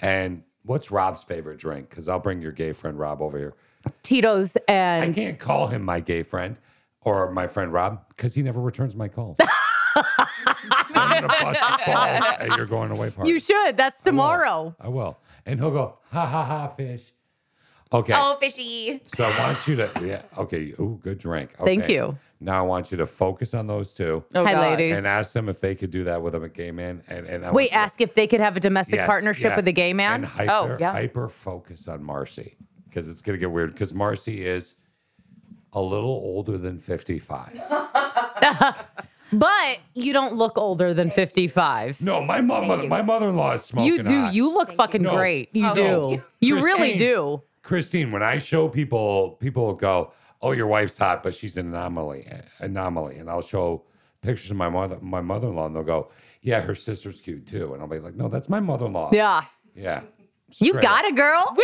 A: And what's Rob's favorite drink? Because I'll bring your gay friend Rob over here.
B: Tito's
A: I
B: and
A: can't call him my gay friend or my friend Rob because he never returns my calls. I'm gonna bust his balls at your going away party.
B: you should. That's tomorrow.
A: I will. And he'll go, ha ha ha, fish. Okay.
C: Oh, fishy.
A: So I want you to, yeah, okay. Ooh, good drink. Okay.
B: Thank you.
A: Now I want you to focus on those two
B: Hi,
C: Oh, God.
B: ladies.
A: and ask them if they could do that with a gay man. And, and I want
B: Wait,
A: you to-
B: ask if they could have a domestic
A: Yes,
B: partnership
A: yeah.
B: with a gay man.
A: And hyper,
B: oh, yeah.
A: hyper focus on Marcy because it's going to get weird because Marcy is a little older than 55.
B: But you don't look older than 55.
A: No, my mom, my mother-in-law is smoking
B: you do.
A: hot.
B: You look fucking
A: Oh, No.
B: great. You
C: Oh.
B: do.
A: no.
B: You really
A: Christine.
B: do.
A: Christine, when I show people, people will go, "Oh, your wife's hot, but she's an anomaly." Anomaly, and I'll show pictures of my mother, my mother-in-law, and they'll go, "Yeah, her sister's cute too," and I'll be like, "No, that's my mother-in-law."
B: Yeah.
A: yeah.
B: You
A: Straight
B: got
A: up.
B: it, girl.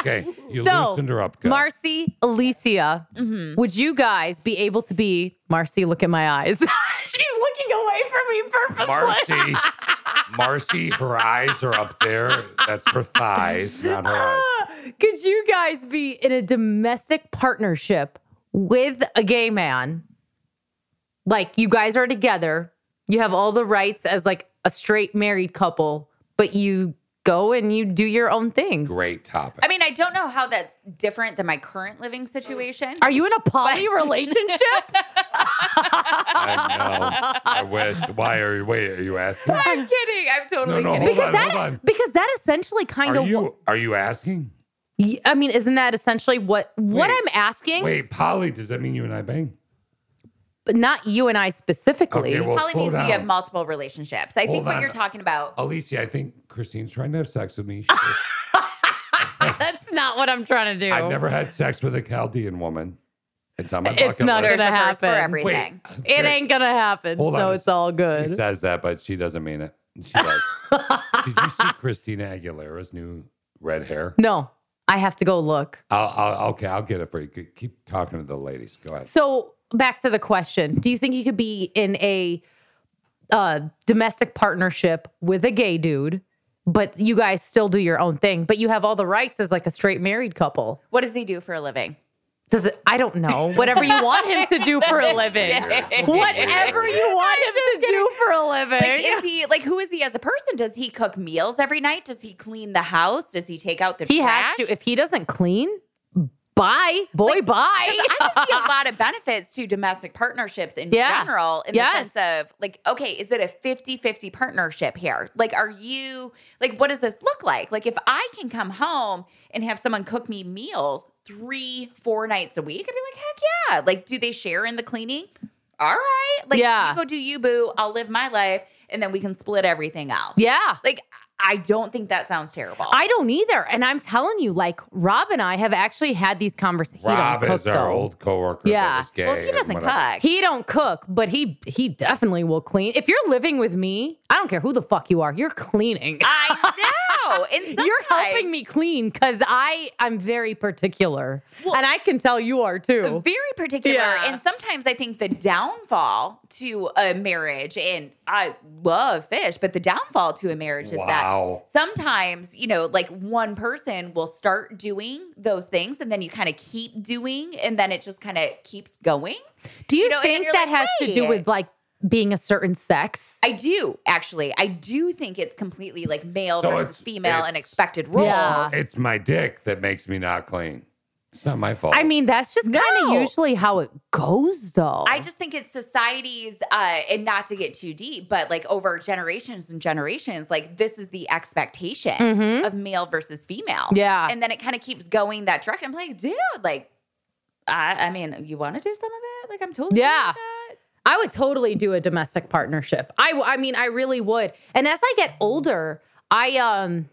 A: Okay, you
B: So,
A: loosened her up, good.
B: Marcy, Alicia, would you guys be able to be Marcy? Look at my eyes. She's looking away from me purposely.
A: Marcy, Marcy, her eyes are up there. That's her thighs, not her eyes.
B: Could you guys be in a domestic partnership with a gay man? Like you guys are together, you have all the rights as like a straight married couple, but you go and you do your own things.
A: Great topic.
C: I mean, I don't know how that's different than my current living situation.
B: Are you in a poly relationship?
A: I know. I wish. Why are you? Wait, are you asking?
C: I'm kidding. I'm totally
A: No, no,
C: kidding.
A: hold on,
B: because that
A: hold on.
B: because that essentially kind
A: Are
B: of
A: you? Are you asking?
B: Y- I mean, isn't that essentially what what
A: Wait,
B: I'm asking?
A: Wait, Polly, does that mean you and I bang?
B: But not you and I specifically.
A: Okay, well,
C: Probably
A: slow
C: means that
A: down.
C: you have multiple relationships. I
A: Hold
C: think what
A: on.
C: you're talking about.
A: Alicia, I think Christine's trying to have sex with me. She-
B: That's not what I'm trying to do.
A: I've never had sex with a Chaldean woman. It's on my bucket
B: It's not
A: list.
B: gonna
C: the first for
B: happen.
A: Wait,
C: everything.
B: It
A: okay.
B: ain't gonna happen.
A: Hold
B: so
A: on a
B: it's all
A: She
B: good.
A: says that, but she doesn't mean it. She does. Did you see Christina Aguilera's new red hair?
B: No, I have to go look.
A: I'll, I'll, okay, I'll get it for you. Keep- Keep talking to the ladies. Go ahead.
B: So back to the question: Do you think you could be in a uh, domestic partnership with a gay dude, but you guys still do your own thing, but you have all the rights as like a straight married couple?
C: What does he do for a living?
B: Does it? I don't know. Whatever you want him to do for a living. Whatever you want him to do for a
C: Like,
B: living.
C: is he like who is he as a person? Does he cook meals every night? Does he clean the house? Does he take out the
B: He
C: trash?
B: has to. If he doesn't clean, bye, boy, bye.
C: I just see a lot of benefits to domestic partnerships in
B: Yeah.
C: general in
B: Yes.
C: the sense of like, okay, is it a 50-50 partnership here? Like, are you like what does this look like? Like if I can come home and have someone cook me meals three, four nights a week, I'd be like, heck yeah. Like, do they share in the cleaning? All right. Like
B: Yeah.
C: you go do you boo, I'll live my life, and then we can split everything else.
B: Yeah.
C: Like I don't think that sounds terrible.
B: I don't either. And I'm telling you, like Rob and I have actually had these conversations.
A: Rob is our old coworker.
B: Yeah.
A: That was gay
C: well, if he
A: and
C: doesn't
A: whatever.
C: cook,
B: He don't cook, but he he definitely will clean. If you're living with me, I don't care who the fuck you are, you're cleaning.
C: I know. And
B: you're helping
C: sometimes
B: me clean because I I'm very particular,
C: Well-
B: and I can tell you are too.
C: Very particular.
B: Yeah.
C: And sometimes I think the downfall to a marriage, and I love fish, but the downfall to a marriage is
A: Wow.
C: that sometimes, you know, like one person will start doing those things and then you kind of keep doing and then it just kind of keeps going.
B: Do you,
C: you know, and
B: think
C: you're
B: that
C: like,
B: has to do
C: "Hey."
B: with like being a certain sex?
C: I do actually. I do think it's completely like male
A: So
C: versus
A: it's-
C: female and
A: it's-
C: expected roles.
B: Yeah.
A: It's my dick that makes me not clean. It's not my fault.
B: I mean, that's just kind of
C: No.
B: usually how it goes, though.
C: I just think it's society's, uh, and not to get too deep, but like over generations and generations, like this is the expectation of male versus female.
B: Mm-hmm. Yeah.
C: And then it kind of keeps going that direction. I'm like, dude, like, I, I mean, you want to do some of it? Like, I'm totally
B: Yeah.
C: yeah. That.
B: I would totally do a domestic partnership. I w- I mean I really would. And as I get older, I um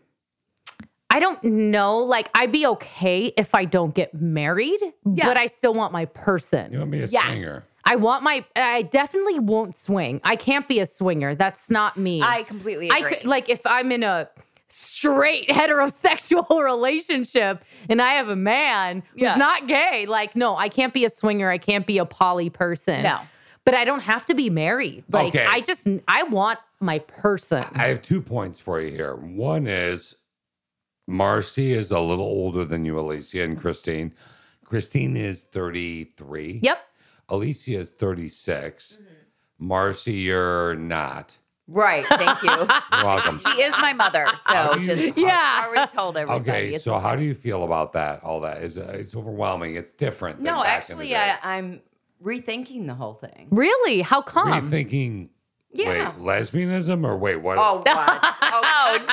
B: I don't know. Like I'd be okay if I don't get married,
C: Yeah.
B: but I still want my person.
A: You want me a
C: Yes.
A: singer?
B: I want my I definitely won't swing. I can't be a swinger. That's not me.
C: I completely agree.
B: I could like if I'm in a straight heterosexual relationship and I have a man who's
C: Yeah.
B: not gay, like no, I can't be a swinger. I can't be a poly person.
C: No.
B: But I don't have to be married. Like
A: Okay.
B: I just I want my person.
A: I have two points for you here. One is Marcy is a little older than you, Alicia and Christine. Christine is 33.
B: Yep.
A: Alicia is 36. Marcy, you're not.
C: right. Thank you.
A: You're welcome.
C: she is my mother.
A: How
C: So
A: do you-
C: just,
B: Yeah.
C: I already told everybody.
A: Okay,
C: It's
A: so how do you feel about that? All that is uh, it's overwhelming. It's different. than
K: No,
A: back in the
K: actually,
A: day.
K: I, I'm rethinking the whole thing.
B: Really? How
A: Were
B: come?
A: you thinking?
K: Yeah.
A: Wait, lesbianism or wait, what?
K: Oh, what?
C: Oh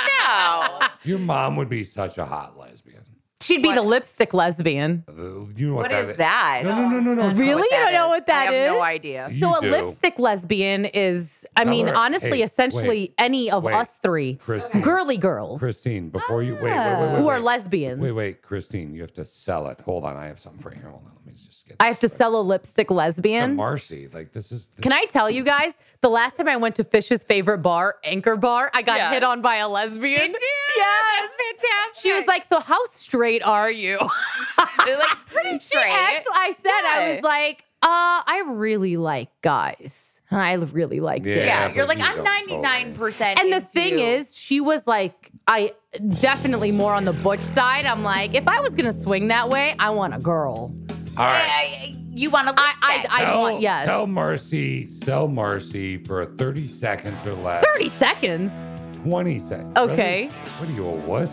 C: no!
A: Your mom would be such a hot lesbian.
B: She'd be the lipstick lesbian.
A: The- You know what,
C: What is that?
A: No, no, no, no, no.
B: Really? You don't know what that
C: I have
B: is?
C: no idea.
A: You
B: so a
A: do.
B: lipstick lesbian is I
A: Tell
B: mean,
A: her,
B: honestly,
A: hey,
B: essentially
A: wait,
B: any of
A: wait.
B: us three.
A: Christine.
B: Girly girls
A: Christine, before you wait, wait, wait, wait,
B: who
A: wait.
B: are lesbians.
A: Wait, wait, Christine, you have to sell it. Hold on, I have something for you. Hold on, let me just get.
B: I have to
A: this right.
B: sell a lipstick
A: To
B: lesbian.
A: Marcy, like this is.
B: Can I tell you guys? The last time I went to Fish's favorite bar, Anchor Bar, I got
C: Yeah.
B: hit on by a lesbian.
C: Yes, fantastic.
B: She was like, "So how straight are you?"
C: They're like pretty
B: she
C: straight.
B: actually, I said, I
C: Yeah.
B: was like, "Uh, I really like guys. I really like
A: Yeah.
B: it."
C: yeah,
A: but
C: you're like
A: you
C: I'm
A: don't totally.
C: 99 percent.
B: And the thing is, she was like, "I definitely more on the butch side." I'm like, if I was gonna swing that way, I want a girl.
A: All right.
C: you want to.
B: I, I, I
A: tell,
B: want yes.
A: Tell Marcy, sell Marcy for 30 seconds or less.
B: Thirty seconds.
A: 20 seconds.
B: Okay.
A: What are you, a wuss?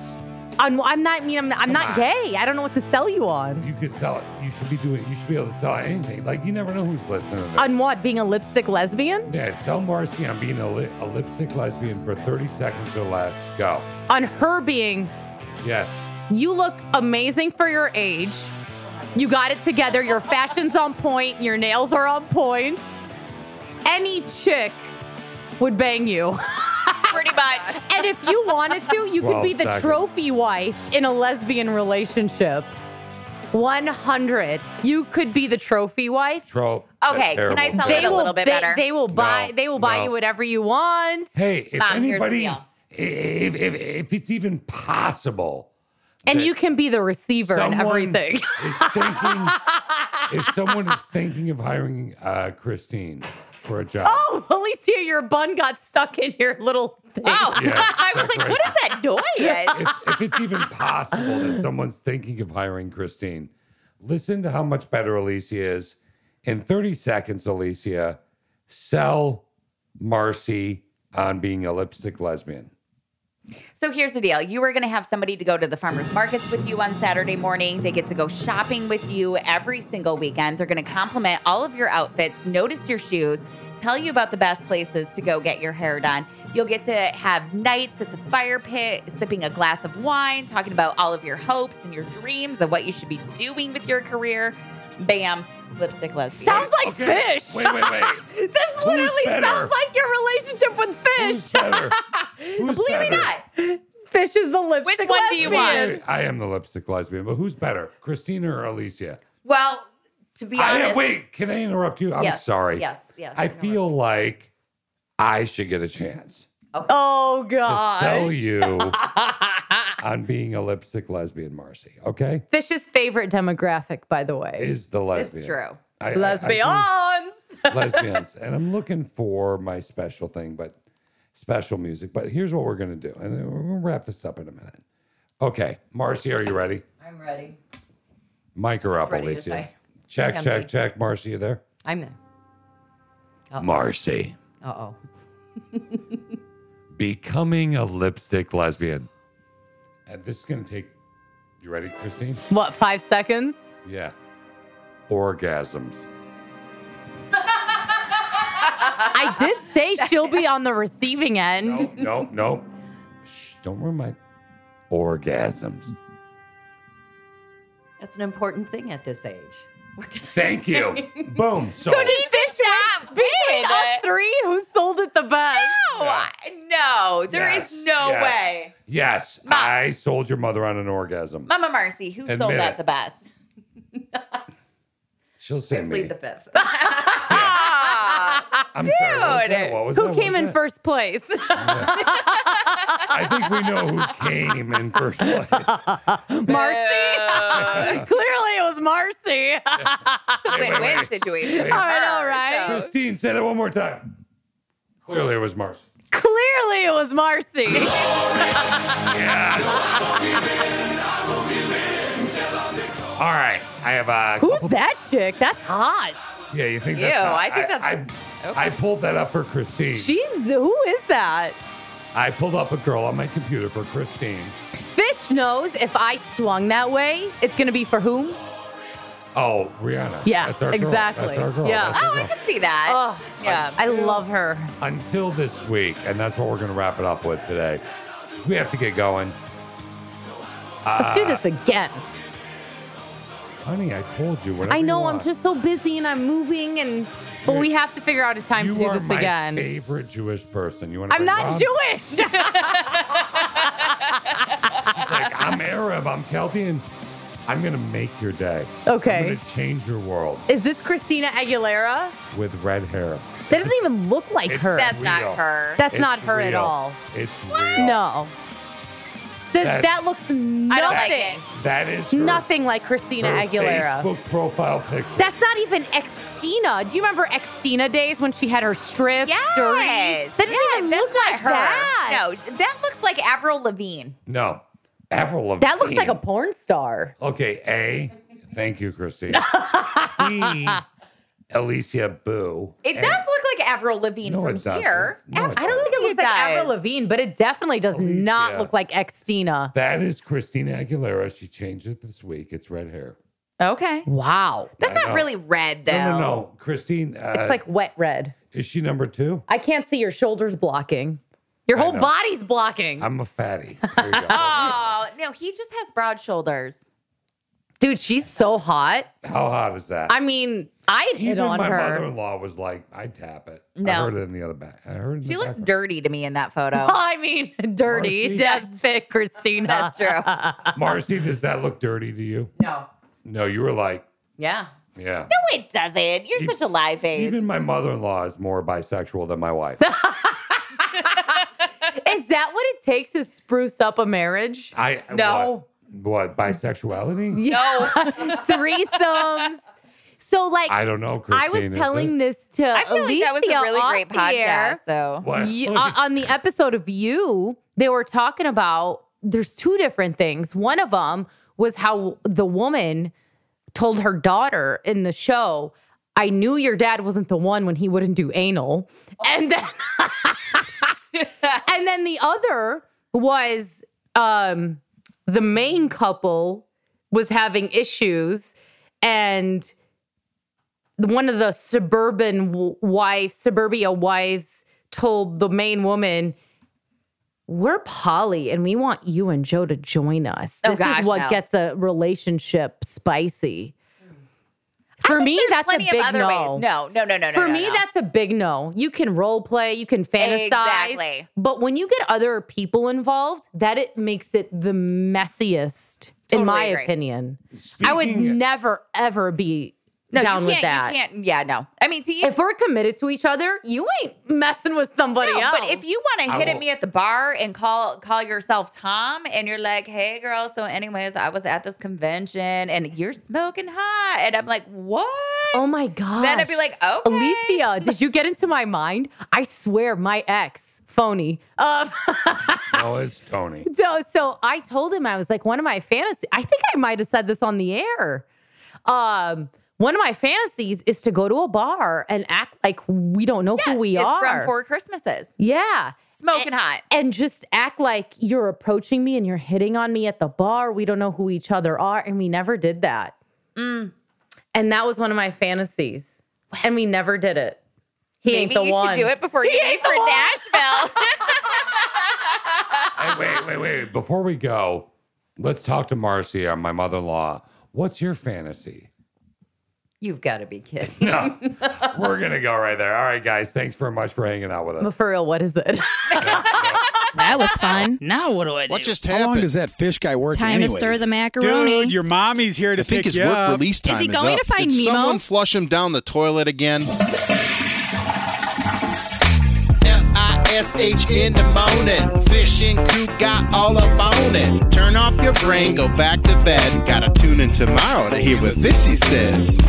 B: I'm, I'm not I mean I'm, I'm
A: Come
B: not
A: on.
B: gay. I don't know what to sell you on.
A: You could sell it. You should be doing, you should be able to sell anything. Like, you never know who's listening to this.
B: On what? Being a lipstick lesbian?
A: yeah, sell Marcy on being a, li- a lipstick lesbian for 30 seconds or less. Go.
B: On her being,
A: Yes.
B: you look amazing for your age. You got it together. Your fashion's on point. Your nails are on point. Any chick would bang you.
C: pretty much.
B: And if you wanted to, you could
A: 12
B: be the
A: seconds.
B: trophy wife in a lesbian relationship. 100. You could be the trophy wife.
A: Trope.
C: Okay, can I
A: Terrible.
C: sell it
A: Terrible.
C: a little bit
B: they,
C: better.
B: They will buy.
A: No,
B: they will buy
A: no.
B: you whatever you want.
A: Hey, if
C: Mom, here's the
A: anybody,
C: deal.
A: if, if, if it's even possible,
B: And
A: that
B: you can be the receiver and everything.
A: is thinking, if someone is thinking of hiring uh, Christine for a job,
B: oh, Alicia, your bun got stuck in your little thing.
C: Wow.
A: Yeah,
C: I was like,
A: decoration.
C: what is that noise?
A: if, if it's even possible that someone's thinking of hiring Christine, listen to how much better Alicia is. In 30 seconds, Alicia, sell Marcy on being a lipstick lesbian.
C: So here's the deal. You are going to have somebody to go to the farmers markets with you on Saturday morning. They get to go shopping with you every single weekend. They're going to compliment all of your outfits, notice your shoes, tell you about the best places to go get your hair done. You'll get to have nights at the fire pit, sipping a glass of wine, talking about all of your hopes and your dreams and what you should be doing with your career. Bam, lipstick lesbian.
B: Sounds like
A: Okay,
B: fish.
A: Wait, wait, wait.
B: this literally
A: better?
B: sounds like your relationship with
A: Who's
B: fish.
A: better? Who's
C: Completely
A: better?
C: not.
B: Fish is the lipstick.
C: one do you want?
B: lesbian.
A: Wait, I am the lipstick lesbian, but who's better, Christina or Alicia?
C: Well, to be
A: I
C: honest.
A: am, wait, can I interrupt you? I'm
C: Yes,
A: sorry.
C: yes, yes,
A: I
C: interrupt.
A: feel like I should get a chance
B: Oh
A: to sell
B: god.
A: you on being a lipstick lesbian, Marcy. Okay,
B: Fish's favorite demographic, by the way.
A: is the lesbian?
C: It's true.
A: I- I- I do
B: Lesbians.
A: lesbians, and I'm looking for my special thing, but special music. But here's what we're gonna do, and then we're gonna wrap this up in a minute. Okay, Marcy, are you ready?
K: I'm ready.
A: Mic her up,
K: ready to
A: Alicia.
K: say.
A: Check,
K: I'm
A: check,
K: ready.
A: check. Marcy, you there?
K: I'm there.
A: Marcy.
K: Uh oh.
A: Becoming a lipstick lesbian. And this is going to take, you ready, Christine?
B: What, five seconds?
A: Yeah. Orgasms.
B: I did say she'll be on the receiving end.
A: No, no, no. Shh, don't ruin my orgasms.
K: That's an important thing at this age.
A: Thank you. Boom.
B: So,
A: sold.
B: did fish win? Between us three, who sold it the best?
J: No, I- no, there is
A: Yes,
J: no
A: yes.
J: way.
A: Yes, I sold your mother on an orgasm.
J: Mama Marcy, who
A: Admit
J: sold
A: it.
J: that the best?
A: She'll say me.
J: Plead the fifth.
A: I'm sorry, what was that? What was that?
B: who
A: What
B: came
A: was
B: in
A: that?
B: first place?
A: I think we know who came in first place.
B: Marcy? Clearly, it was Marcy.
J: It's a
A: wait,
J: win-win
A: wait.
J: situation.
A: Wait.
J: for
B: All right,
J: her,
B: all right.
J: so-
A: Christine, say that one more time. Clearly, it was Marcy.
B: Clearly, it was Marcy.
A: All right, I have uh, a.
B: Who's that chick? That's hot.
A: Yeah, you think
B: Ew,
A: that's? not-
B: I think that's-
A: I, I pulled that up for Christine.
B: She's who is that?
A: I pulled up a girl on my computer for Christine.
B: Fish knows if I swung that way, it's gonna be for whom?
A: Oh, Rihanna.
B: Yeah,
A: That's our girl.
B: exactly.
A: That's our girl.
B: Yeah.
A: That's our
B: Oh, I
A: girl.
J: I see that. yeah.
B: I love her.
A: until this week, and that's what we're going to wrap it up with today. We have to get going.
B: Let's do
A: Uh,
B: this again.
A: honey. I told you. whatever
B: I
A: you
B: know I'm
A: want.
B: just so busy and I'm moving, and but we have to figure out a time
A: You
B: to do
A: are
B: this
A: my
B: again.
A: favorite Jewish person. You want?
B: I'm not Jewish.
A: Like, I'm Arab. I'm Chaldean. I'm going to make your day.
B: Okay.
A: I'm going to change your world
B: is this Christina Aguilera?
A: with red hair.
B: That doesn't even look like
A: It's
B: her.
A: That's not real. her.
B: That's
A: It's
B: not her at
A: real.
B: all.
A: It's real.
B: No. Th-
A: That's-
B: that looks nothing.
A: I don't like it. That is her-
B: nothing like Christina
A: her
B: Aguilera.
A: Facebook profile picture.
B: That's not even Extina. Do you remember Extina days when she had her strip?
J: Yes.
B: dirty? That doesn't even look like
J: her.
B: that.
J: No, that looks like Avril Lavigne.
A: no. Avril Lavigne.
B: That looks like a porn star.
A: Okay, A. Thank you, Christine. B. Alicia Boo.
J: It does look like Avril Lavigne
A: No,
J: from
A: it doesn't.
J: here.
A: No, it
B: I don't think it
J: Absolutely
B: looks like
J: does.
B: Avril Lavigne, but it definitely does not
A: Alicia.
B: look like Extina.
A: That is Christina Aguilera. She changed it this week. It's red hair.
J: Okay.
B: Wow.
J: That's
A: I
J: not
A: know.
J: really red, though.
A: No, no, no. Christine. Uh,
B: It's like wet red.
A: is she number two?
B: I can't see your shoulders blocking. Your
A: I
B: whole
A: know.
B: body's blocking.
A: I'm a fatty. There you go. How
J: Oh, no, he just has broad shoulders.
B: Dude, she's so hot.
A: hot is that?
B: I mean, I'd hit
A: Even
B: on
A: my
B: her.
A: mother-in-law was like, "I tap it." I
J: No.
A: heard it in the other back. I heard. It in
J: She
A: the
J: looks
A: background.
J: dirty to me in that photo.
B: I mean,
A: Marcy.
B: dirty. Does fit Christina.
J: That's true.
A: Marcy, does that look dirty to you?
J: No.
A: No, you were like,
J: Yeah.
A: yeah.
J: No, it doesn't. You're
A: Even-
J: such a lie face.
A: Even my mother-in-law is more bisexual than my wife.
B: Is that what it takes to spruce up a marriage?
A: I
J: No.
A: What, what bisexuality?
J: no.
B: Threesomes. So, like,
A: I
B: I,
A: don't know, Christine.
B: was
A: is
B: telling
A: it?
B: this to
J: I feel like
B: Alicia
J: that was a really
B: off
J: great
B: the air.
J: podcast, though.
A: What?
B: You-
A: Look,
B: on on the episode of you, they were talking about there's two different things. One of them was how the woman told her daughter in the show, I knew your dad wasn't the one when he wouldn't do anal.
J: Oh.
B: And then and then the other was um the main couple was having issues and one of the suburban w- wife suburbia wives told the main woman we're poly and we want you and joe to join us
J: Oh,
B: this
J: gosh,
B: is what
J: no.
B: gets a relationship spicy for
J: I think
B: me
J: there's
B: that's a
J: plenty
B: big
J: of other
B: no
J: ways. No, no, no, no,
B: for
J: no, no,
B: me
J: no.
B: that's a big no you can role play you can fantasize
J: Exactly.
B: but when you get other people involved that it makes it the messiest in
J: Totally
B: my
J: agree.
B: opinion i would
A: Speaking-
B: never ever be
J: no,
B: down
J: you can't,
B: with that
J: You can't. Yeah, no. I mean, to you,
B: if we're committed to each other, you ain't messing with somebody
J: No,
B: else.
J: but if you want to
A: I
J: hit at
A: will-
J: me at the bar and call call yourself Tom, and you're like, "Hey, girl." So, anyways, I was at this convention, and you're smoking hot, and I'm like, "What?"
B: oh my god,
J: Then I'd be like, "Okay."
B: Alicia, did you get into my mind? I swear, my ex, phony. Uh,
A: no, it's Tony.
B: so, so I told him I was like one of my fantasies. I think I might have said this on the air. Um, one of my fantasies is to go to a bar and act like we don't know who we
J: it's
B: are.
J: from Four Christmases.
B: yeah,
J: Smoking hot.
B: and just act like you're approaching me and you're hitting on me at the bar. We don't know who each other are. And we never did that.
J: Mm.
B: And that was one of my fantasies. And we never did it. He ain't
J: Maybe
B: the
J: you
B: one.
J: should do it before you leave for Nashville.
A: Hey, wait, wait, wait. Before we go, let's talk to Marcy, uh, my mother-in-law. What's your fantasy?
C: You've got to be kidding.
A: No, we're gonna go right there. All right, guys, thanks very much for hanging out with us.
B: But for real, what is it?
G: that was fun.
I: Now what do I do?
G: What just
F: How long does that fish guy work?
G: Time to
F: anyways?
G: stir the macaroni.
F: Dude, your mommy's here to
G: I think
F: pick
G: his
F: you
G: work
F: up.
G: release Is he time is going up. to find
D: Did
G: Nemo?
D: someone flush him down the toilet again? F-I-S-H in the morning. Fishing crew got all up on it. Turn off your brain, go back to bed. Gotta tune in tomorrow to hear what Fishy says.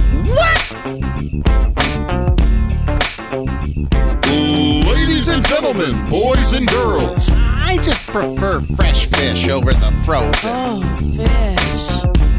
D: Ladies and gentlemen, boys and girls, I just prefer fresh fish over the frozen.
I: Fish.